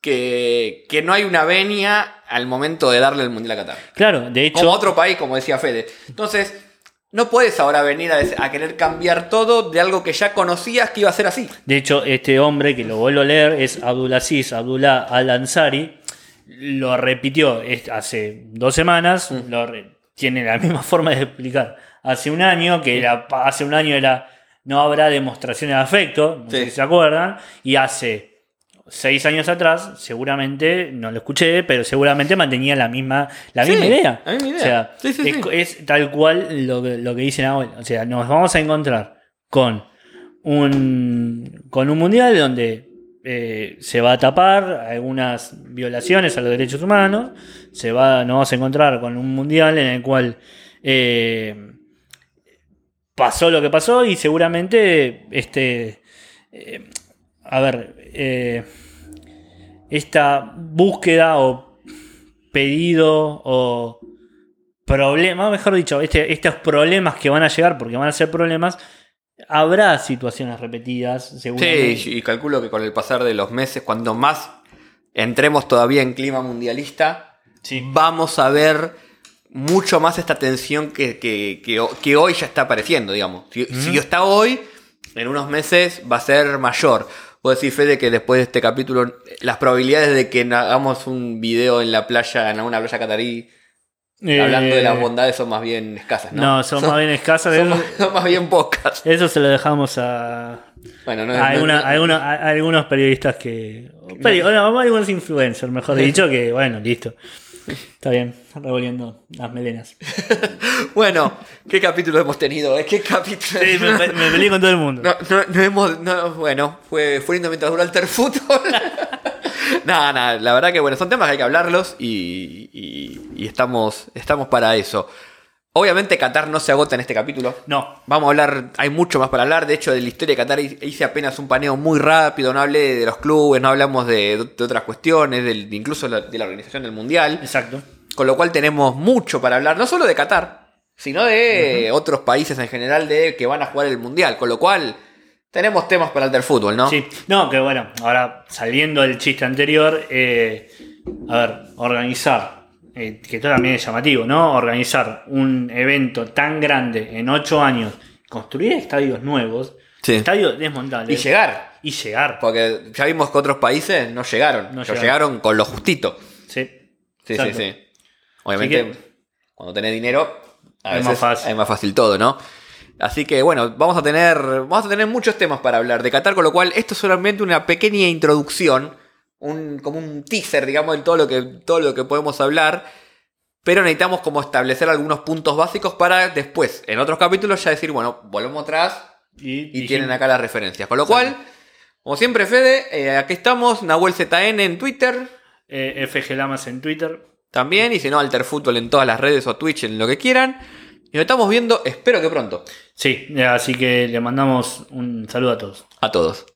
[SPEAKER 1] que, que no hay una venia al momento de darle el Mundial a Qatar.
[SPEAKER 2] Claro. De hecho.
[SPEAKER 1] Como otro país, como decía Fede. Entonces, no puedes ahora venir a, des- a querer cambiar todo de algo que ya conocías que iba a ser así.
[SPEAKER 2] De hecho, este hombre que lo vuelvo a leer es Abdulaziz Abdullah Al-Ansari. Lo repitió es- hace dos semanas. lo re- tiene la misma forma de explicar. Hace un año, que era, pa- hace un año era no habrá demostraciones de afecto, no sé
[SPEAKER 1] Sí.
[SPEAKER 2] si se acuerdan, y hace seis años atrás, seguramente, no lo escuché, pero seguramente mantenía la misma, la
[SPEAKER 1] Sí,
[SPEAKER 2] misma idea.
[SPEAKER 1] la misma idea.
[SPEAKER 2] O sea,
[SPEAKER 1] Sí, sí,
[SPEAKER 2] es,
[SPEAKER 1] sí.
[SPEAKER 2] co- es tal cual lo que, lo que dicen ahora. O sea, nos vamos a encontrar con un, con un mundial donde eh, se va a tapar algunas violaciones a los derechos humanos, se va, nos vamos a encontrar con un mundial en el cual eh, pasó lo que pasó y seguramente este, eh, a ver, eh, esta búsqueda o pedido o problema, mejor dicho, este, estos problemas que van a llegar, porque van a ser problemas, habrá situaciones repetidas, seguramente.
[SPEAKER 1] Sí, y calculo que con el pasar de los meses, cuando más entremos todavía en clima mundialista,
[SPEAKER 2] Sí.
[SPEAKER 1] vamos a ver mucho más esta tensión que, que- que ho- que hoy ya está apareciendo, digamos. Si, si está hoy, en unos meses va a ser mayor. Puedo decir, Fede, que después de este capítulo, las probabilidades de que hagamos un video en la playa, en alguna playa catarí,
[SPEAKER 2] Eh,
[SPEAKER 1] hablando de las bondades, son más bien escasas, ¿no?
[SPEAKER 2] No, son más bien escasas.
[SPEAKER 1] son
[SPEAKER 2] Eso,
[SPEAKER 1] más, son más bien pocas.
[SPEAKER 2] eso se lo dejamos a,
[SPEAKER 1] Bueno, no,
[SPEAKER 2] a
[SPEAKER 1] no-
[SPEAKER 2] alguna- a alguna- a- a algunos periodistas que. peri- o no, a algunos influencers, mejor dicho, que bueno, listo. Está bien, revolviendo las melenas.
[SPEAKER 1] Bueno, ¿qué capítulo hemos tenido? eh? ¿Qué capítulo?
[SPEAKER 2] Sí, me, me- me peleé con todo el mundo.
[SPEAKER 1] No, no, no hemos. no, bueno, fue, fue lindo mientras duró el terfútbol. Nada, nada, la verdad que bueno, son temas que hay que hablarlos y, y- y estamos, estamos para eso. Obviamente Qatar no se agota en este capítulo.
[SPEAKER 2] No.
[SPEAKER 1] Vamos a hablar, hay mucho más para hablar. De hecho, de la historia de Qatar hice apenas un paneo muy rápido. No hablé de los clubes, no hablamos de, de otras cuestiones, del- incluso la- de la organización del Mundial.
[SPEAKER 2] Exacto.
[SPEAKER 1] Con lo cual tenemos mucho para hablar, no solo de Qatar, sino de otros países en general de que van a jugar el Mundial. Con lo cual tenemos temas para el del fútbol, ¿no?
[SPEAKER 2] Sí, no, que bueno, ahora saliendo del chiste anterior, eh, a ver, organizar, eh, que esto también es llamativo, ¿no? Organizar un evento tan grande en ocho años, construir estadios nuevos,
[SPEAKER 1] Sí.
[SPEAKER 2] estadios desmontables
[SPEAKER 1] Y llegar.
[SPEAKER 2] y llegar,
[SPEAKER 1] Porque ya vimos que otros países no llegaron.
[SPEAKER 2] No
[SPEAKER 1] No
[SPEAKER 2] llegaron.
[SPEAKER 1] llegaron. con lo justito.
[SPEAKER 2] sí,
[SPEAKER 1] Sí,
[SPEAKER 2] Exacto.
[SPEAKER 1] sí, sí. Obviamente,
[SPEAKER 2] Así
[SPEAKER 1] cuando tenés dinero, a
[SPEAKER 2] Es más
[SPEAKER 1] veces
[SPEAKER 2] fácil.
[SPEAKER 1] es más fácil todo, ¿no? Así que bueno, vamos a tener. Vamos a tener muchos temas para hablar de Qatar, con lo cual esto es solamente una pequeña introducción. Un, como un teaser, digamos, de todo lo que, todo lo que podemos hablar. Pero necesitamos como establecer algunos puntos básicos para después, en otros capítulos, ya decir, bueno, volvemos atrás
[SPEAKER 2] y,
[SPEAKER 1] y
[SPEAKER 2] dijimos-
[SPEAKER 1] tienen acá las referencias. Con lo cual, como siempre, Fede, eh, aquí estamos, Nahuel ZN en Twitter,
[SPEAKER 2] eh, FG Lamas en Twitter.
[SPEAKER 1] también, y si no, Alter Fútbol en todas las redes o Twitch, en lo que quieran. Y nos estamos viendo, espero que pronto,
[SPEAKER 2] Sí, así que le mandamos un saludo a todos.
[SPEAKER 1] a todos.